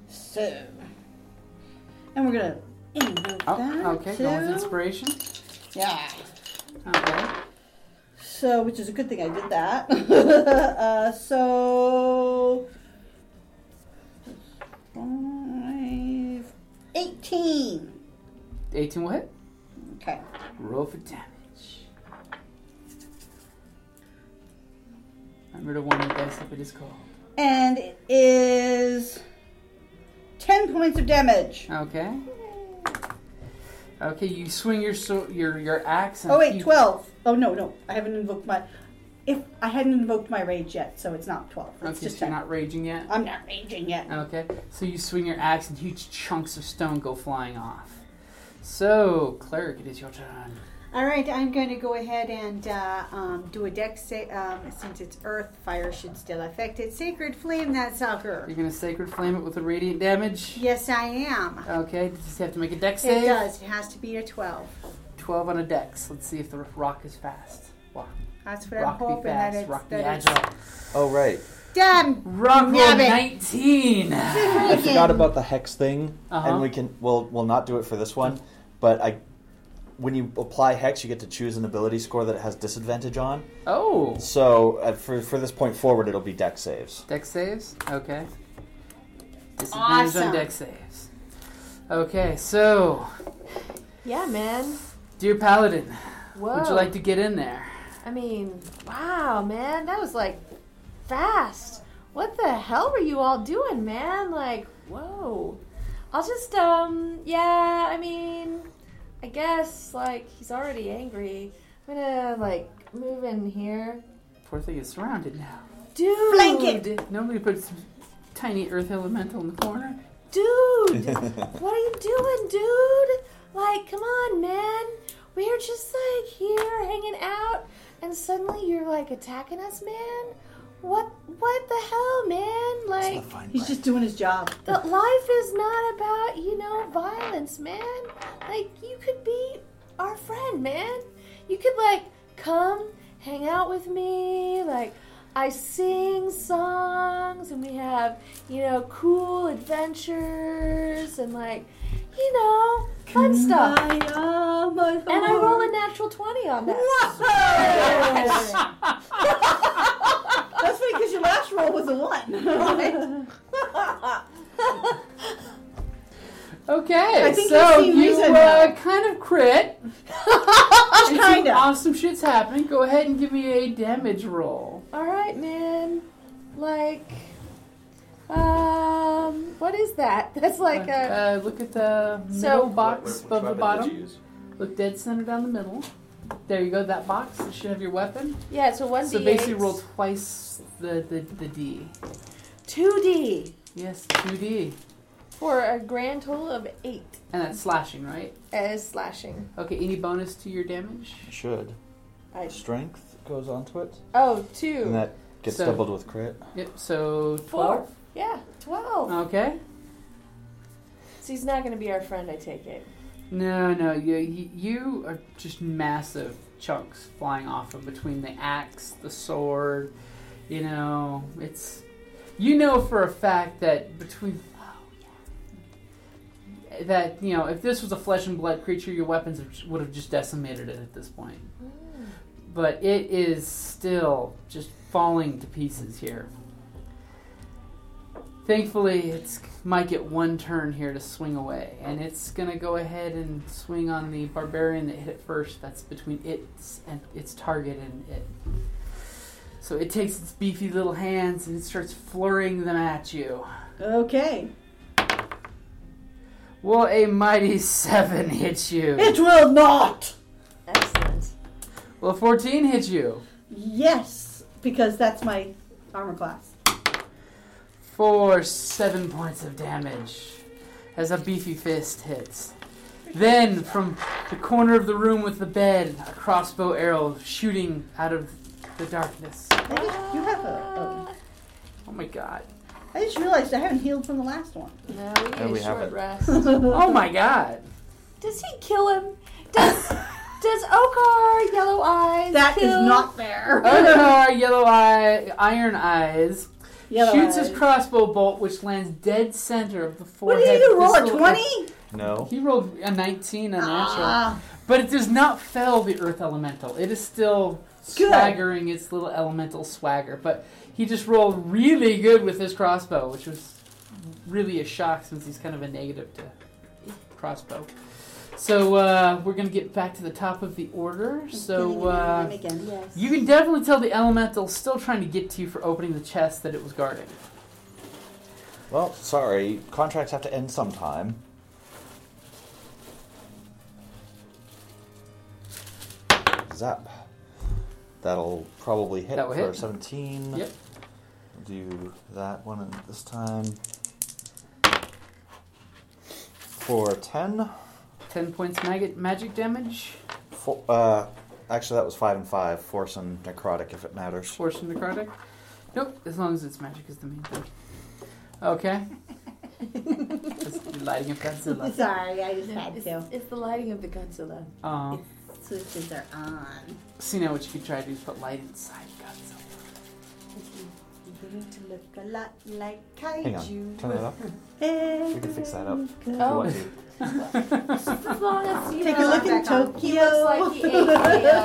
Speaker 4: So, and we're gonna aim with that.
Speaker 5: Oh, okay, going with
Speaker 4: too.
Speaker 5: inspiration.
Speaker 4: Yeah.
Speaker 5: Okay.
Speaker 4: So, which is a good thing I did that. uh, so, five, 18.
Speaker 5: 18 will hit.
Speaker 4: Okay.
Speaker 5: Roll for damage. Remember to warn the dice if it is cold.
Speaker 4: And it is 10 points of damage.
Speaker 5: Okay. Okay, you swing your so- your your axe. And
Speaker 4: Oh, wait,
Speaker 5: you-
Speaker 4: 12. Oh, no, no. I haven't invoked my. If I hadn't invoked my rage yet, so it's not 12. It's
Speaker 5: Okay,
Speaker 4: just
Speaker 5: so
Speaker 4: 10.
Speaker 5: you're not raging yet.
Speaker 4: I'm not raging yet.
Speaker 5: Okay, so you swing your axe and huge chunks of stone go flying off. So, cleric, it is your turn.
Speaker 6: All right, I'm going to go ahead and uh, um, do a dex sa- um, since it's earth, fire should still affect it. Sacred flame that sucker.
Speaker 5: You're gonna sacred flame it with the radiant damage.
Speaker 6: Yes, I am.
Speaker 5: Okay, does he have to make a dex
Speaker 6: It
Speaker 5: save?
Speaker 6: does. It has to be a 12.
Speaker 5: Twelve on a dex. Let's see if the rock is fast. Walk.
Speaker 6: That's what I'm
Speaker 5: Rock be
Speaker 6: hoping that
Speaker 5: fast,
Speaker 6: it's
Speaker 5: rock be
Speaker 6: that it's
Speaker 5: agile.
Speaker 3: Oh right,
Speaker 6: done.
Speaker 5: Rock roll
Speaker 6: Nabbit.
Speaker 5: 19!
Speaker 3: I forgot about the hex thing,
Speaker 5: Uh-huh.
Speaker 3: and we can we'll we'll not do it for this one, but I. When you apply hex, you get to choose an ability score that it has disadvantage on.
Speaker 5: Oh!
Speaker 3: So uh, for for this point forward, it'll be deck saves.
Speaker 5: Deck saves? Okay. Disadvantage
Speaker 6: Awesome.
Speaker 5: on deck saves. Okay, so,
Speaker 2: Yeah, man.
Speaker 5: dear Paladin,
Speaker 2: Whoa.
Speaker 5: would you like to get in there?
Speaker 2: I mean, wow, man, that was like fast. What the hell were you all doing, man? Like, whoa. I'll just, um, yeah, I mean, I guess, like, he's already angry. I'm gonna, like, move in here.
Speaker 5: Poor thing is surrounded now.
Speaker 2: Dude!
Speaker 6: Flank
Speaker 5: Nobody puts tiny earth elemental in the corner.
Speaker 2: Dude! what are you doing, dude? Like, come on, man. We're just, like, here hanging out, and suddenly you're, like, attacking us, man? What, what the hell, man? Like,
Speaker 4: He's just doing his job.
Speaker 2: But life is not about, you know, violence, man. Like, you could be our friend, man. You could, like, come hang out with me. Like, I sing songs and we have, you know, cool adventures and, like, you know, fun stuff. And I roll a natural 20 on that.
Speaker 4: That's funny because your last roll was a one. Right?
Speaker 5: Okay,
Speaker 4: I think
Speaker 5: so
Speaker 4: you see
Speaker 5: you
Speaker 4: reason
Speaker 5: uh,
Speaker 4: now.
Speaker 5: kind of crit. And some
Speaker 4: Kinda.
Speaker 5: Awesome shit's happening. Go ahead and give me a damage roll.
Speaker 2: All right, man. Like, um, what is that? That's like
Speaker 5: uh,
Speaker 2: a.
Speaker 5: uh, look at the middle
Speaker 2: So-
Speaker 5: box above the bottom. Look dead center down the middle. There you go. That box it should have your weapon.
Speaker 2: Yeah, so one
Speaker 5: So basically, roll twice the the, the d.
Speaker 2: 2D
Speaker 5: Yes, two d,
Speaker 2: for a grand total of 8
Speaker 5: and that's slashing, right?
Speaker 2: as slashing.
Speaker 5: Okay. Any bonus to your damage?
Speaker 3: Should
Speaker 2: I-
Speaker 3: strength goes onto it,
Speaker 2: Oh, two.
Speaker 3: and that gets
Speaker 5: So-
Speaker 3: doubled with crit.
Speaker 5: Yep. So
Speaker 2: Four.
Speaker 5: twelve.
Speaker 2: Yeah,
Speaker 4: Oh.
Speaker 2: 12.
Speaker 5: Okay.
Speaker 2: So he's not going to be our friend, I take it.
Speaker 5: No, no, you, you you are just massive chunks flying off of between the axe, the sword. You know, it's you know for a fact that between oh, that you know if this was a flesh and blood creature, your weapons have- would have just decimated it at this point. But it is still just falling to pieces here. Thankfully, it's might get one turn here to swing away, and it's gonna go ahead and swing on the barbarian that hit it first. That's between its and its target and it. So it takes its beefy little hands and it starts flurrying them at you.
Speaker 4: Okay.
Speaker 5: Will a mighty seven hit you?
Speaker 4: It will not.
Speaker 2: Excellent.
Speaker 5: Will a fourteen hit you?
Speaker 4: Yes, because that's my armor class.
Speaker 5: for seven points of damage as a beefy fist hits. Then, from the corner of the room with the bed, a crossbow arrow shooting out of the darkness.
Speaker 4: I just, you have a. a-
Speaker 5: Oh my god.
Speaker 4: I just realized I haven't healed from the last one.
Speaker 2: No, we need
Speaker 3: And
Speaker 2: a
Speaker 3: we have
Speaker 2: short
Speaker 3: it.
Speaker 2: rest.
Speaker 5: Oh my god.
Speaker 2: Does he kill him? Does does Okar Yellow Eyes
Speaker 4: That is
Speaker 2: kill-
Speaker 4: not fair.
Speaker 5: Okar, uh, yellow eye, iron eyes,
Speaker 4: Yellow
Speaker 5: shoots
Speaker 4: eyes.
Speaker 5: his crossbow bolt, which lands dead center of the
Speaker 4: What
Speaker 5: forehead.
Speaker 4: did he do?
Speaker 5: of
Speaker 4: Roll
Speaker 5: this
Speaker 4: a
Speaker 5: little-
Speaker 4: twenty?
Speaker 3: No,
Speaker 5: He rolled a 19 on natural.
Speaker 4: Ah,
Speaker 5: But it does not fell the earth elemental. It is still
Speaker 4: Good.
Speaker 5: swaggering its little elemental swagger. But he just rolled really good with his crossbow, which was really a shock since he's kind of a negative to crossbow. So uh, we're gonna get back to the top of the order. So uh,
Speaker 4: again.
Speaker 2: Yes.
Speaker 5: you can definitely tell the elemental's still trying to get to you for opening the chest that it was guarding.
Speaker 3: well, sorry. Contracts have to end sometime. Zap. That'll probably hit
Speaker 5: That will
Speaker 3: for
Speaker 5: hit.
Speaker 3: 17.
Speaker 5: Yep.
Speaker 3: Do that one and this time. For 10.
Speaker 5: Ten points magic magic damage.
Speaker 3: Four, uh, actually, that was 5 and 5. Force and necrotic if it matters.
Speaker 5: Portion necrotic. Nope, as long as it's magic is the main thing. Okay. Just lighting up Godzilla.
Speaker 4: Sorry, I just
Speaker 2: No,
Speaker 4: had
Speaker 2: it's,
Speaker 4: to.
Speaker 2: it's the lighting of the Godzilla.
Speaker 5: Um,
Speaker 4: switches are on.
Speaker 5: See now what you could try to do is put light inside Godzilla.
Speaker 6: You begin to look a lot like kaiju.
Speaker 3: Hang on. Turn that up. We can fix that up. if you
Speaker 2: Oh.
Speaker 3: want to.
Speaker 2: As long as you
Speaker 4: Take a
Speaker 2: know-
Speaker 4: look in
Speaker 6: Back on.
Speaker 4: Tokyo.
Speaker 2: He looks like he ate a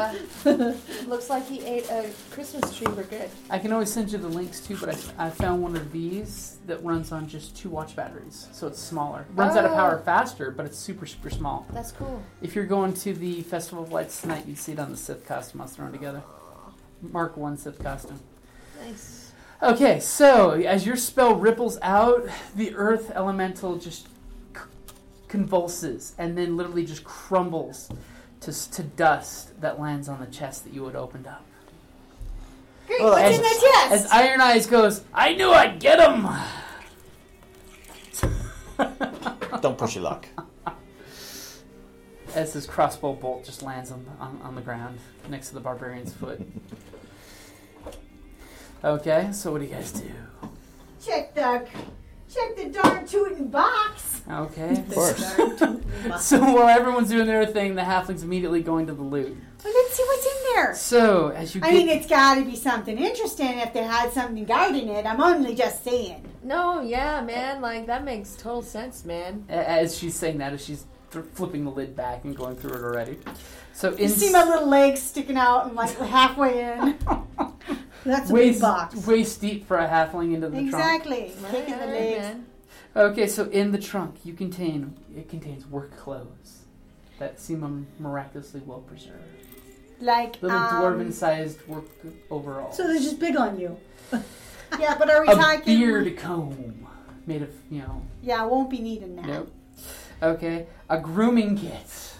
Speaker 2: uh, looks like he ate a Christmas tree for good.
Speaker 5: I can always send you the links too, but I, I found one of these that runs on just two watch batteries, so it's smaller. Runs out of
Speaker 2: Oh.
Speaker 5: power faster, but it's super super small.
Speaker 2: That's cool.
Speaker 5: If you're going to the Festival of Lights tonight, you'd see it on the Sith costume I was thrown together. Mark One Sith costume.
Speaker 2: Nice.
Speaker 5: Okay, so as your spell ripples out, the earth elemental just c- convulses and then literally just crumbles to, s- to dust that lands on the chest that you had opened up.
Speaker 6: Great,
Speaker 3: Well,
Speaker 6: what's
Speaker 3: as-
Speaker 6: in that
Speaker 5: As
Speaker 6: chest?
Speaker 5: Iron Eyes goes, I knew I'd get him!
Speaker 3: Don't push your luck.
Speaker 5: As his crossbow bolt just lands on, on, on the ground next to the barbarian's foot. Okay, so what do you guys do?
Speaker 6: check the check the darn tootin' box.
Speaker 5: Okay.
Speaker 3: Of course.
Speaker 5: So while everyone's doing their thing, the halfling's immediately going to the loot.
Speaker 6: Well, let's see what's in there.
Speaker 5: So as you get
Speaker 6: I mean, it's got to be something interesting if they had something guiding it. I'm only just saying.
Speaker 2: No, yeah, man, like that makes total sense, man.
Speaker 5: A- As she's saying that, as she's th- flipping the lid back and going through it already. So
Speaker 6: You
Speaker 5: in
Speaker 6: see my little legs sticking out and like halfway in.
Speaker 4: That's a big
Speaker 5: waist,
Speaker 4: box.
Speaker 5: waist deep for a halfling into the trunk.
Speaker 6: exactly. Kicking the
Speaker 2: Alright,
Speaker 6: legs.
Speaker 2: man.
Speaker 5: Okay, so in the trunk, you contain it contains work clothes that seem miraculously well preserved.
Speaker 6: Like
Speaker 5: Little
Speaker 6: um,
Speaker 5: dwarven-sized work overalls.
Speaker 4: So they're just big on you.
Speaker 6: Yeah, but are we
Speaker 5: a
Speaker 6: talking?
Speaker 5: beard comb made of you know.
Speaker 6: Yeah, I won't be needing that.
Speaker 5: Nope. Okay, a grooming kit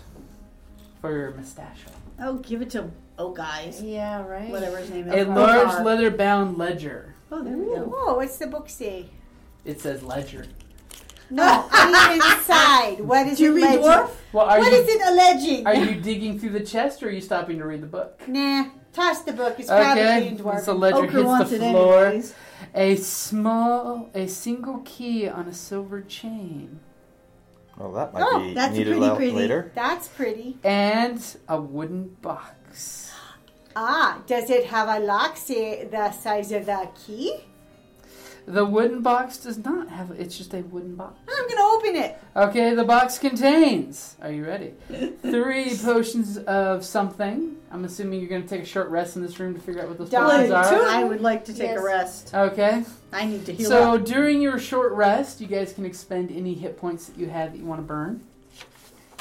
Speaker 5: for your mustache.
Speaker 4: Oh, give it to Oh Guys,
Speaker 2: Yeah, right.
Speaker 4: whatever his name is.
Speaker 5: A
Speaker 4: Oh,
Speaker 5: large
Speaker 4: God.
Speaker 5: leather bound ledger.
Speaker 4: Oh, there we
Speaker 6: Ooh,
Speaker 4: go.
Speaker 6: whoa, what's the book say?
Speaker 5: It says ledger.
Speaker 6: No, I need inside. What is
Speaker 4: Do you
Speaker 6: it?
Speaker 4: read
Speaker 6: alleging?
Speaker 4: dwarf?
Speaker 5: Well, are
Speaker 6: What
Speaker 5: you
Speaker 6: is it alleging?
Speaker 5: are you digging through the chest or are you stopping to read the book?
Speaker 6: Nah, toss the book. It's probably
Speaker 5: Okay,
Speaker 6: in dwarf.
Speaker 5: so ledger
Speaker 4: Ochre wants
Speaker 5: hits the
Speaker 4: it
Speaker 5: floor.
Speaker 4: anyways.
Speaker 5: A small, a single key on a silver chain,
Speaker 3: Well, that might
Speaker 6: Oh,
Speaker 3: be
Speaker 4: that's
Speaker 3: needed
Speaker 4: pretty
Speaker 3: la-
Speaker 4: pretty.
Speaker 3: later.
Speaker 6: That's pretty.
Speaker 5: and a wooden box.
Speaker 6: Ah, does it have a lock, say the size of the key?
Speaker 5: The wooden box does not have. It's just a wooden box.
Speaker 6: I'm gonna open it.
Speaker 5: Okay, the box contains. Are you ready? Three potions of something. I'm assuming you're going to take a short rest in this room to figure out what those
Speaker 6: Done.
Speaker 5: potions
Speaker 4: Blood,
Speaker 5: are.
Speaker 4: too. I would like to take
Speaker 2: Yes.
Speaker 4: a rest.
Speaker 5: Okay.
Speaker 4: I need to heal
Speaker 5: So
Speaker 4: up.
Speaker 5: during your short rest, you guys can expend any hit points that you have that you want to burn.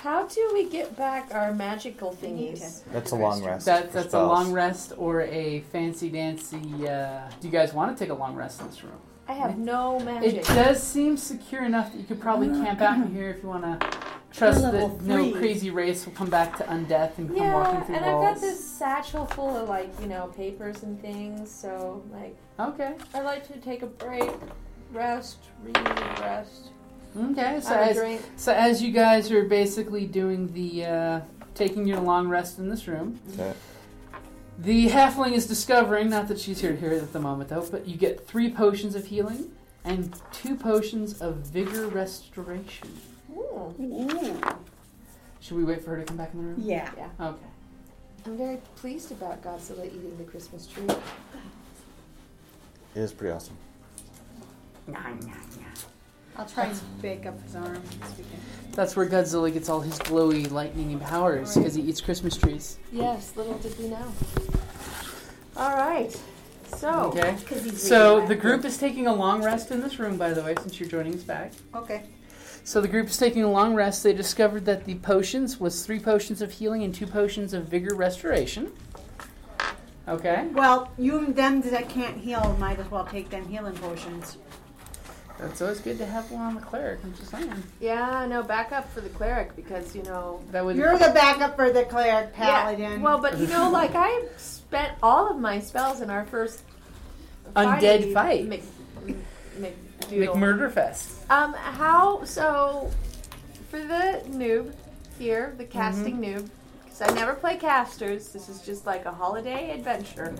Speaker 2: How do we get back our magical thingies?
Speaker 3: That's a long rest.
Speaker 5: That,
Speaker 3: for
Speaker 5: that's a
Speaker 3: spells.
Speaker 5: long rest or a fancy dancy. Uh, do you guys want to take a long rest in this room?
Speaker 2: I have no
Speaker 5: It
Speaker 2: magic.
Speaker 5: does seem secure enough that you could probably camp out in here if you want to. Trust
Speaker 4: We're
Speaker 5: that
Speaker 4: level
Speaker 5: no
Speaker 4: three.
Speaker 5: crazy race will come back to undeath and come
Speaker 2: Yeah,
Speaker 5: walking through
Speaker 2: and I've
Speaker 5: walls.
Speaker 2: got this satchel full of like you know papers and things. So like,
Speaker 5: Okay.
Speaker 2: I like to take a break, rest, read, rest,
Speaker 5: Okay. So
Speaker 2: have a
Speaker 5: as,
Speaker 2: drink.
Speaker 5: so as you guys are basically doing the uh, taking your long rest in this room,
Speaker 3: Okay.
Speaker 5: The halfling is discovering, not that she's here to hear it at the moment though, but you get three potions of healing and two potions of vigor restoration.
Speaker 2: Ooh,
Speaker 4: Ooh.
Speaker 5: Should we wait for her to come back in the room?
Speaker 4: Yeah.
Speaker 5: Okay.
Speaker 2: I'm very pleased about Godzilla eating the Christmas tree.
Speaker 3: It is pretty awesome.
Speaker 6: I'll try and bake up his arm this weekend.
Speaker 5: That's where Godzilla gets all his glowy lightning powers because he eats Christmas trees.
Speaker 2: Yes, little did we know. All right. So,
Speaker 5: Okay.
Speaker 6: Oh, 'Cause he's
Speaker 5: So
Speaker 6: really
Speaker 5: the
Speaker 6: bad.
Speaker 5: group is taking a long rest in this room, by the way, since you're joining us back.
Speaker 6: Okay.
Speaker 5: So the group is taking a long rest. They discovered that the potions was three potions of healing and two potions of vigor restoration. Okay.
Speaker 6: Well, you and them that can't heal might as well take them healing potions.
Speaker 5: That's always good to have one on the cleric. I'm just saying.
Speaker 2: yeah, no, back up for the cleric because, you know.
Speaker 5: That would
Speaker 6: You're the backup for the cleric
Speaker 2: Yeah,
Speaker 6: paladin.
Speaker 2: well, but you know, like I spent all of my spells in our first
Speaker 5: Undead fight.
Speaker 2: Mc, Mc,
Speaker 5: make
Speaker 2: McDoodle.
Speaker 5: murder fest.
Speaker 2: um, how so? For the noob here, the casting noob, because I never play casters. This is just like a holiday adventure.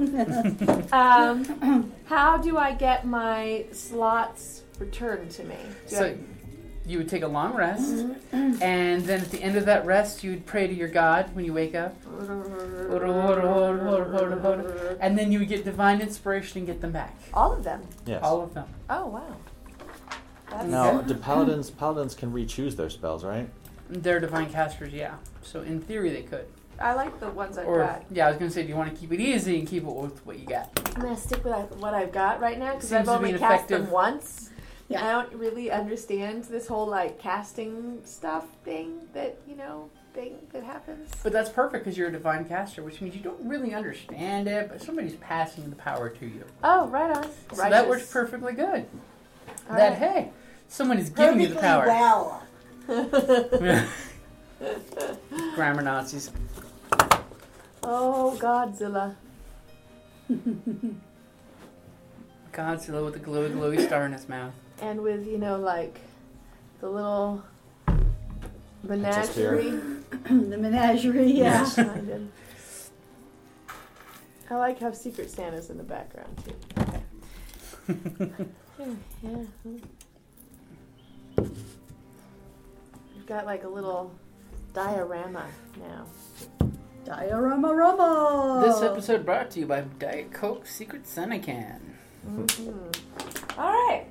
Speaker 2: um, how do I get my slots returned to me? Do I-
Speaker 5: So you would take a long rest, and then at the end of that rest, you would pray to your god when you wake up, and then you would get divine inspiration and get them back,
Speaker 2: All of them.
Speaker 3: Yes.
Speaker 5: all of them.
Speaker 2: Oh wow. That's
Speaker 3: Now, do paladins paladins can re-choose their spells, right?
Speaker 5: They're divine casters, yeah. So in theory, they could.
Speaker 8: I like the ones I've
Speaker 5: Or
Speaker 8: got.
Speaker 5: yeah, I was gonna say, do you want to keep it easy and keep it with what you got?
Speaker 2: I'm gonna stick with uh, what I've got right now because
Speaker 5: Seems
Speaker 2: I've
Speaker 5: to
Speaker 2: only
Speaker 5: be an
Speaker 2: cast them
Speaker 5: effective-
Speaker 2: once.
Speaker 4: Yeah.
Speaker 2: I don't really understand this whole like casting stuff thing that you know thing that happens.
Speaker 5: But that's perfect because you're a divine caster, which means you don't really understand it, but somebody's passing the power to you.
Speaker 2: Oh, right on.
Speaker 5: So
Speaker 2: Righteous.
Speaker 5: that works perfectly good.
Speaker 2: All
Speaker 5: that
Speaker 2: right.
Speaker 5: hey, someone is giving you the power.
Speaker 4: well.
Speaker 5: Grammar Nazis.
Speaker 2: Oh Godzilla.
Speaker 5: Godzilla with the glowy, glowy star in his mouth.
Speaker 2: and with you know like the little menagerie.
Speaker 4: the menagerie, yeah.
Speaker 2: behind him. I like how Secret Santa's in the background too. Okay. yeah, yeah. We've got like a little diorama now.
Speaker 4: Diorama Robo.
Speaker 5: This
Speaker 2: Oh.
Speaker 5: episode brought to you by Diet Coke Secret Santa Can.
Speaker 2: Hmm. All right,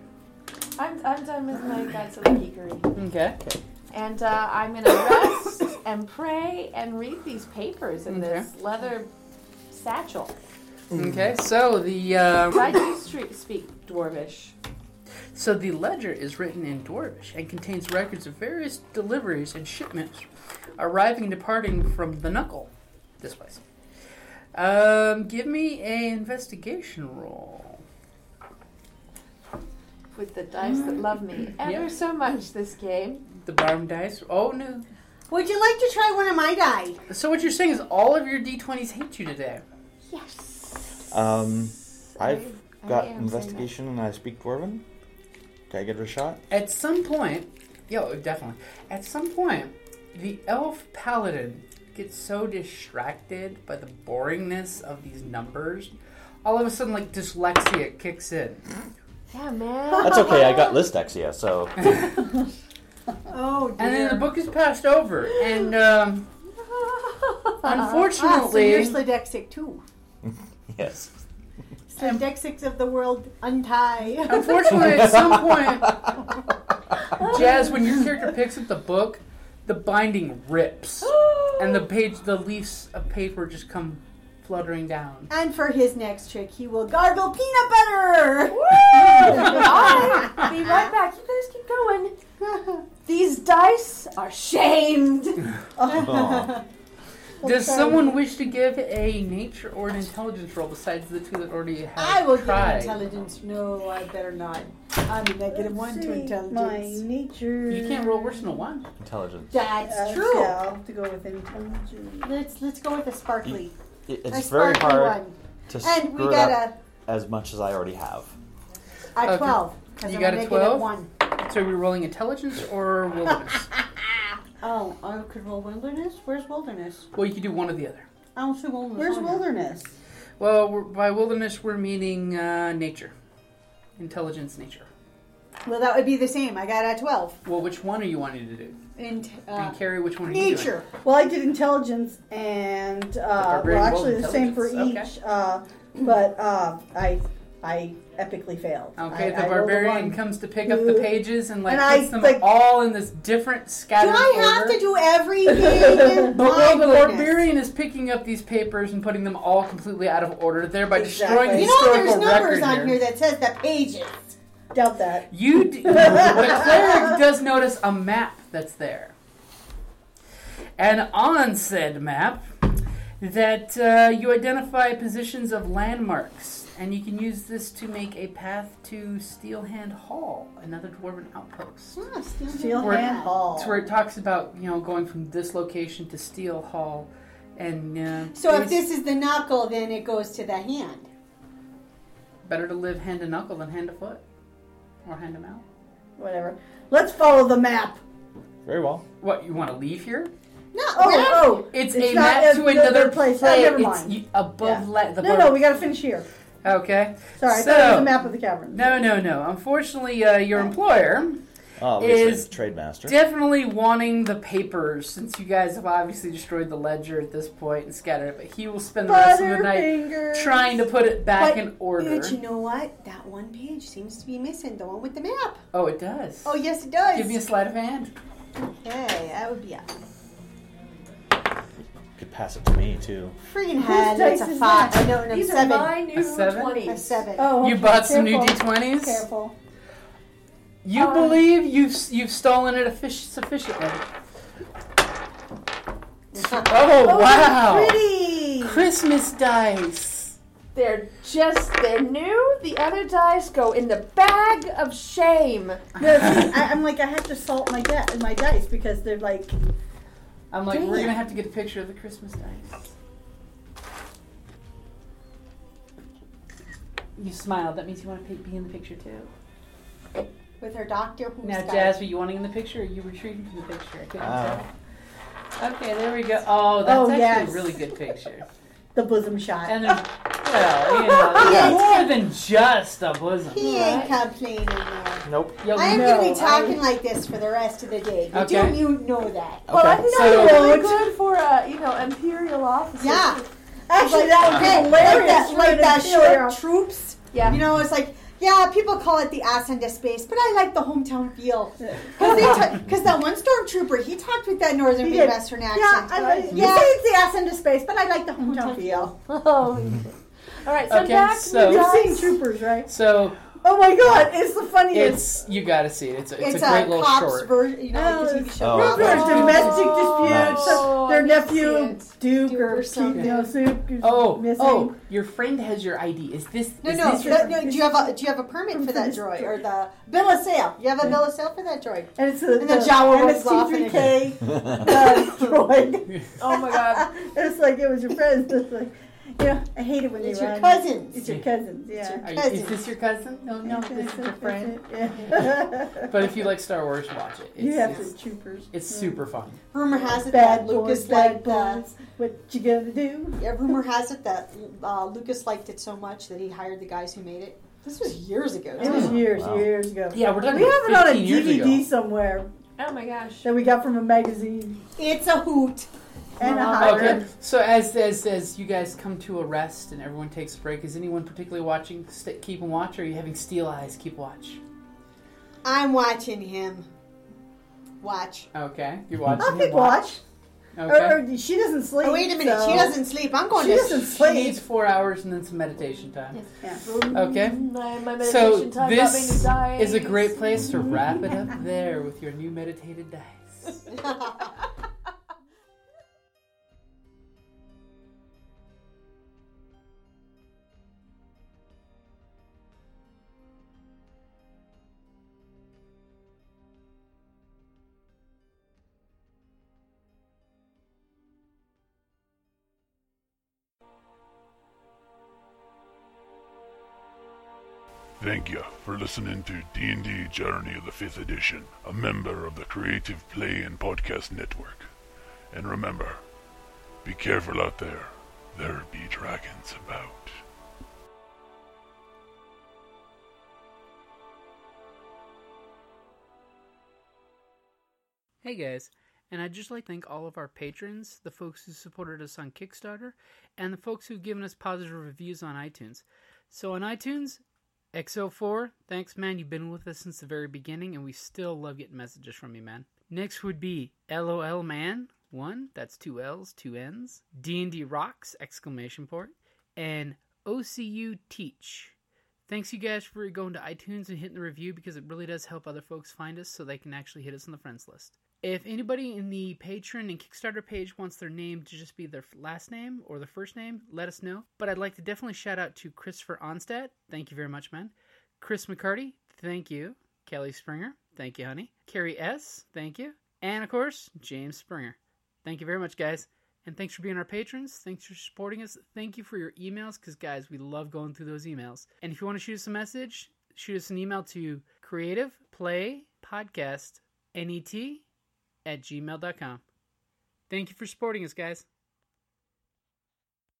Speaker 2: I'm I'm done with my Godzilla geekery,
Speaker 5: Okay.
Speaker 2: and uh, I'm gonna rest and pray and read these papers in this leather satchel.
Speaker 5: Okay. So the uh,
Speaker 2: I do stre- speak dwarvish.
Speaker 5: so the ledger is written in Dwarvish and contains records of various deliveries and shipments arriving and departing from the Knuckle. This place. Um, give me a investigation roll.
Speaker 2: with the dice that love me ever
Speaker 5: Yeah.
Speaker 2: so much this game.
Speaker 5: The bottom dice. Oh no.
Speaker 6: Would you like to try one of my die?
Speaker 5: So what you're saying is all of your d20s hate you today.
Speaker 2: Yes.
Speaker 3: Um, I've
Speaker 2: I
Speaker 3: got
Speaker 2: am saying that.
Speaker 3: investigation and I speak dwarven. Can I give it a shot?
Speaker 5: At some point, yo, definitely. At some point, the elf paladin gets so distracted by the boringness of these numbers, all of a sudden, like dyslexia kicks in.
Speaker 2: Yeah, man.
Speaker 3: That's okay. I got listexia, so
Speaker 6: Oh, dear.
Speaker 5: And then the book is passed over, and um,
Speaker 6: Ah, so you're
Speaker 5: unfortunately,
Speaker 6: Sledexic too.
Speaker 3: yes.
Speaker 5: Um,
Speaker 6: Sledexics of the world untie.
Speaker 5: unfortunately, at some point, Jazz, when your character picks up the book, the binding rips, and the page, the leaves of paper just come fluttering down.
Speaker 6: and for his next trick, he will gargle peanut butter.
Speaker 2: I'll be right back. You guys keep going. These dice are shamed.
Speaker 3: Oh,
Speaker 5: Does someone wish to give a nature or an intelligence roll besides the two that already have
Speaker 6: I will give
Speaker 5: tried?
Speaker 6: intelligence. No, I better not. I'm a negative one to
Speaker 4: My
Speaker 6: intelligence.
Speaker 4: nature.
Speaker 5: You can't roll worse than a one.
Speaker 3: intelligence.
Speaker 6: That's
Speaker 4: Uh,
Speaker 6: true.
Speaker 4: yeah, I'll have to go with intelligence.
Speaker 6: Let's let's go with a sparkly.
Speaker 3: It-
Speaker 6: A
Speaker 3: It's very
Speaker 6: sparkly
Speaker 3: hard
Speaker 6: one.
Speaker 3: to
Speaker 6: And we
Speaker 3: screw it
Speaker 6: got
Speaker 3: up
Speaker 6: a
Speaker 3: as much as I already have.
Speaker 6: a
Speaker 5: Okay.
Speaker 6: twelve. 'cause
Speaker 5: You
Speaker 6: I'm
Speaker 5: got a
Speaker 6: negative
Speaker 5: 12?
Speaker 6: One.
Speaker 5: So we're rolling intelligence or wilderness.
Speaker 6: Oh, I could roll wilderness. Where's wilderness?
Speaker 5: well, you could do one or the other.
Speaker 6: I don't see wilderness.
Speaker 4: Where's
Speaker 6: on
Speaker 4: wilderness?
Speaker 5: Well, we're, by wilderness we're meaning uh, nature, intelligence, nature.
Speaker 6: there. Well, that would be the same. I got a twelve.
Speaker 5: Well, which one are you wanting to do?
Speaker 6: And uh,
Speaker 5: And carry which one? Are you doing?
Speaker 6: nature.
Speaker 4: Well, I did intelligence and uh,
Speaker 5: barbarian
Speaker 4: well,
Speaker 5: rolled
Speaker 4: actually the same for
Speaker 6: E-
Speaker 5: intelligence,
Speaker 4: each, uh, but uh, I I epically failed.
Speaker 5: Okay,
Speaker 4: I,
Speaker 5: the
Speaker 4: I rolled a
Speaker 5: barbarian
Speaker 4: one.
Speaker 5: comes to pick up the pages and like
Speaker 4: And I,
Speaker 5: puts them
Speaker 4: like-
Speaker 5: all in this different
Speaker 6: Do
Speaker 5: scattered
Speaker 6: I have
Speaker 5: order.
Speaker 6: to do everything?
Speaker 5: But
Speaker 6: My
Speaker 5: while the
Speaker 6: goodness.
Speaker 5: barbarian is picking up these papers and putting them all completely out of order, thereby destroying the
Speaker 4: Exactly.
Speaker 6: You know, there's
Speaker 5: historical
Speaker 6: numbers
Speaker 5: record
Speaker 6: on
Speaker 5: here.
Speaker 6: here that says the pages.
Speaker 4: Doubt that.
Speaker 5: You, d- the cleric does notice a map that's there, and on said map, that uh, you identify positions of landmarks, and you can use this to make a path to Steelhand Hall, another dwarven outpost.
Speaker 6: Hmm. Oh,
Speaker 4: Steel
Speaker 5: We're-
Speaker 4: hand ball.
Speaker 5: It's where it talks about you know going from this location to Steel Hall, and uh,
Speaker 6: So if
Speaker 5: it's
Speaker 6: this is the knuckle, then it goes to the hand.
Speaker 5: better to live hand to knuckle than hand to foot, or hand to mouth.
Speaker 4: Whatever. Let's follow the map.
Speaker 3: Very well.
Speaker 5: What you want to leave here?
Speaker 6: No,
Speaker 4: Oh,
Speaker 6: no.
Speaker 4: oh,
Speaker 5: It's,
Speaker 4: It's
Speaker 5: a
Speaker 4: not
Speaker 5: map
Speaker 4: a-
Speaker 5: to
Speaker 4: no,
Speaker 5: another
Speaker 4: no place.
Speaker 5: pla-
Speaker 4: Oh, never
Speaker 5: it's
Speaker 4: mind.
Speaker 5: y- above
Speaker 4: Yeah.
Speaker 5: la- the
Speaker 4: no, no,
Speaker 5: bar-
Speaker 4: we gotta finish here.
Speaker 5: Okay.
Speaker 4: Sorry, I
Speaker 5: so, Oh.
Speaker 4: thought it was the map of the cavern.
Speaker 5: No, no, no. Unfortunately, uh, your employer
Speaker 3: Obviously,
Speaker 5: Is-
Speaker 3: trade master.
Speaker 5: Definitely wanting the papers, since you guys have obviously destroyed the ledger at this point and scattered it, but he will spend the rest of the night
Speaker 6: Butterfingers.
Speaker 5: trying to put it back
Speaker 6: But
Speaker 5: in order.
Speaker 6: But you know what? That one page seems to be missing. The one with the map.
Speaker 5: Oh, it does.
Speaker 6: Oh yes, it does.
Speaker 5: Give me a sleight of hand.
Speaker 6: okay, that would be a
Speaker 3: You could pass it to me too.
Speaker 6: freaking head.
Speaker 4: dice
Speaker 6: That's a
Speaker 4: is
Speaker 6: five.
Speaker 4: that?
Speaker 6: I know, no,
Speaker 7: These
Speaker 6: seven.
Speaker 7: are my new
Speaker 5: A seven?
Speaker 7: 20s.
Speaker 6: A seven.
Speaker 4: Oh,
Speaker 5: You
Speaker 4: okay,
Speaker 5: bought some new
Speaker 4: careful.
Speaker 5: d20s.
Speaker 4: Careful.
Speaker 5: You
Speaker 4: Um,
Speaker 5: believe you've you've stolen it effic- sufficiently. oh, wow!
Speaker 4: Pretty.
Speaker 5: Christmas dice.
Speaker 7: They're just, they're new. The other dice go in the bag of shame.
Speaker 4: No, see, I, I'm like I have to salt my da- my dice because they're like
Speaker 5: I'm like, we're
Speaker 4: Dang.
Speaker 5: gonna have to get a picture of the Christmas dice. You smiled. That means you want to be in the picture too.
Speaker 6: With her doctor who's
Speaker 5: Now,
Speaker 6: got
Speaker 5: Jazz, were you wanting in the picture? Or are you retreating from the picture? I couldn't
Speaker 3: Uh,
Speaker 5: tell. Okay, there we go. Oh, that's
Speaker 4: Oh,
Speaker 5: actually
Speaker 4: yes.
Speaker 5: a really good picture.
Speaker 4: the bosom shot.
Speaker 5: And then, well, you know,
Speaker 6: Yeah.
Speaker 5: it's more than just a bosom.
Speaker 6: He ain't complaining. though.
Speaker 3: nope.
Speaker 5: You'll
Speaker 6: I am going
Speaker 4: No,
Speaker 6: to be talking like this for the rest of the day. You
Speaker 5: Okay.
Speaker 6: Do you know that?
Speaker 7: Well, I
Speaker 3: Okay.
Speaker 7: think
Speaker 5: so-
Speaker 7: that'd be really good for a, you know, imperial officer.
Speaker 6: Yeah.
Speaker 4: Actually, that would be
Speaker 6: Hey,
Speaker 4: hilarious. for
Speaker 6: Like
Speaker 4: an
Speaker 6: that, like that
Speaker 4: imperial.
Speaker 6: short troops.
Speaker 7: Yeah.
Speaker 6: You know, it's like, yeah, people call it the ass end of space, but I like the hometown feel. Because that one stormtrooper, he talked with that northern
Speaker 4: He did.
Speaker 6: Midwestern accent.
Speaker 4: Yeah, I like, you
Speaker 6: Yeah.
Speaker 4: say it's the ass into space, but I like the hometown feel.
Speaker 7: Oh, All right, so
Speaker 5: Okay,
Speaker 7: back
Speaker 5: so-
Speaker 7: to the
Speaker 4: You've
Speaker 7: dice.
Speaker 4: seen Troopers, right?
Speaker 5: So
Speaker 4: Oh my God, it's the funniest.
Speaker 5: it's you gotta see it. It's a, it's
Speaker 6: it's
Speaker 5: a great little
Speaker 6: cops
Speaker 5: short.
Speaker 6: version, you know, like
Speaker 4: Oh,
Speaker 6: the TV show.
Speaker 3: it's-
Speaker 4: There's
Speaker 3: Oh.
Speaker 4: domestic disputes.
Speaker 7: Oh,
Speaker 4: their
Speaker 7: I didn't
Speaker 4: nephew
Speaker 7: see
Speaker 4: Duke,
Speaker 6: Duke
Speaker 4: or
Speaker 6: or something.
Speaker 4: Keith, no, Duke is
Speaker 5: oh,
Speaker 4: missing.
Speaker 5: oh, your friend has your ID. Is this?
Speaker 6: No,
Speaker 5: is
Speaker 6: no,
Speaker 5: This
Speaker 6: that- no. Do you have a do you have a permit for that droid or the bill of sale? You have a bill of sale for that droid.
Speaker 4: and it's the,
Speaker 6: And the Jawa rolls off and
Speaker 4: MST3K uh, droid.
Speaker 7: Oh my god.
Speaker 4: It's like it was your friends. It's like, you know, I hate it when
Speaker 6: It's
Speaker 4: they
Speaker 6: your
Speaker 4: run.
Speaker 6: cousins.
Speaker 4: It's your cousins, yeah.
Speaker 5: Are you, is this your cousin? No, no, this is your friend. But if you like Star Wars, watch it. It's,
Speaker 4: you have
Speaker 5: it's,
Speaker 4: some troopers.
Speaker 5: it's super fun.
Speaker 6: Rumor has it
Speaker 4: Bad
Speaker 6: that
Speaker 4: boys,
Speaker 6: Lucas
Speaker 4: bad
Speaker 6: liked the
Speaker 4: boys. What you gonna do?
Speaker 6: Yeah, rumor has it that uh, Lucas liked it so much that he hired the guys who made it. This was years ago.
Speaker 4: It was
Speaker 6: too.
Speaker 4: years,
Speaker 3: Wow.
Speaker 4: years ago.
Speaker 5: Mm. Yeah, we're talking
Speaker 4: We have it
Speaker 5: about
Speaker 4: on a
Speaker 5: 15 years
Speaker 4: DVD
Speaker 5: ago.
Speaker 4: somewhere
Speaker 7: Oh my gosh.
Speaker 4: that we got from a magazine
Speaker 6: It's a hoot.
Speaker 4: and a
Speaker 7: Wow.
Speaker 4: hire.
Speaker 5: Okay, so as, as as you guys come to a rest and everyone takes a break, is anyone particularly watching? St- keep and watch, or are you having steel eyes? Keep watch.
Speaker 6: I'm watching him. Watch.
Speaker 5: Okay, you're watching.
Speaker 4: I'll
Speaker 5: him
Speaker 4: pick watch.
Speaker 5: Okay.
Speaker 4: Or, or she doesn't sleep.
Speaker 6: Oh, wait a minute.
Speaker 4: so-
Speaker 6: She doesn't sleep. I'm going
Speaker 4: She
Speaker 6: to.
Speaker 4: doesn't
Speaker 5: She
Speaker 4: sleep.
Speaker 5: needs four hours and then some meditation time.
Speaker 7: Mm,
Speaker 5: Okay.
Speaker 2: Mm-hmm.
Speaker 7: My, my meditation
Speaker 5: Oh. So
Speaker 7: time
Speaker 5: this
Speaker 7: got me new
Speaker 5: is a
Speaker 7: dice.
Speaker 5: great place to wrap it up there with your new meditated dice.
Speaker 9: Thank you for listening to D&D Journey of the 5th Edition, a member of the Creative Play and Podcast Network. And remember, be careful out there. There be dragons about.
Speaker 5: Hey guys, and I'd just like to thank all of our patrons, the folks who supported us on Kickstarter, and the folks who've given us positive reviews on iTunes. So on iTunes, XO4, thanks man, you've been with us since the very beginning, and we still love getting messages from you, man. Next would be LOL man, one, that's two L's, two N's, D&D rocks, exclamation point, and OCU teach. Thanks you guys for going to iTunes and hitting the review because it really does help other folks find us so they can actually hit us on the friends list. If anybody in the Patreon and Kickstarter page wants their name to just be their f- last name or their first name, let us know. But I'd like to definitely shout out to Christopher Onstadt. Thank you very much, man. Chris McCarty, thank you. Kelly Springer, thank you, honey. Carrie S, thank you. And of course, James Springer. Thank you very much, guys. And thanks for being our patrons. Thanks for supporting us. Thank you for your emails, because, guys, we love going through those emails. And if you want to shoot us a message, shoot us an email to E creative play podcast net at gmail.com. Thank you for supporting us, guys.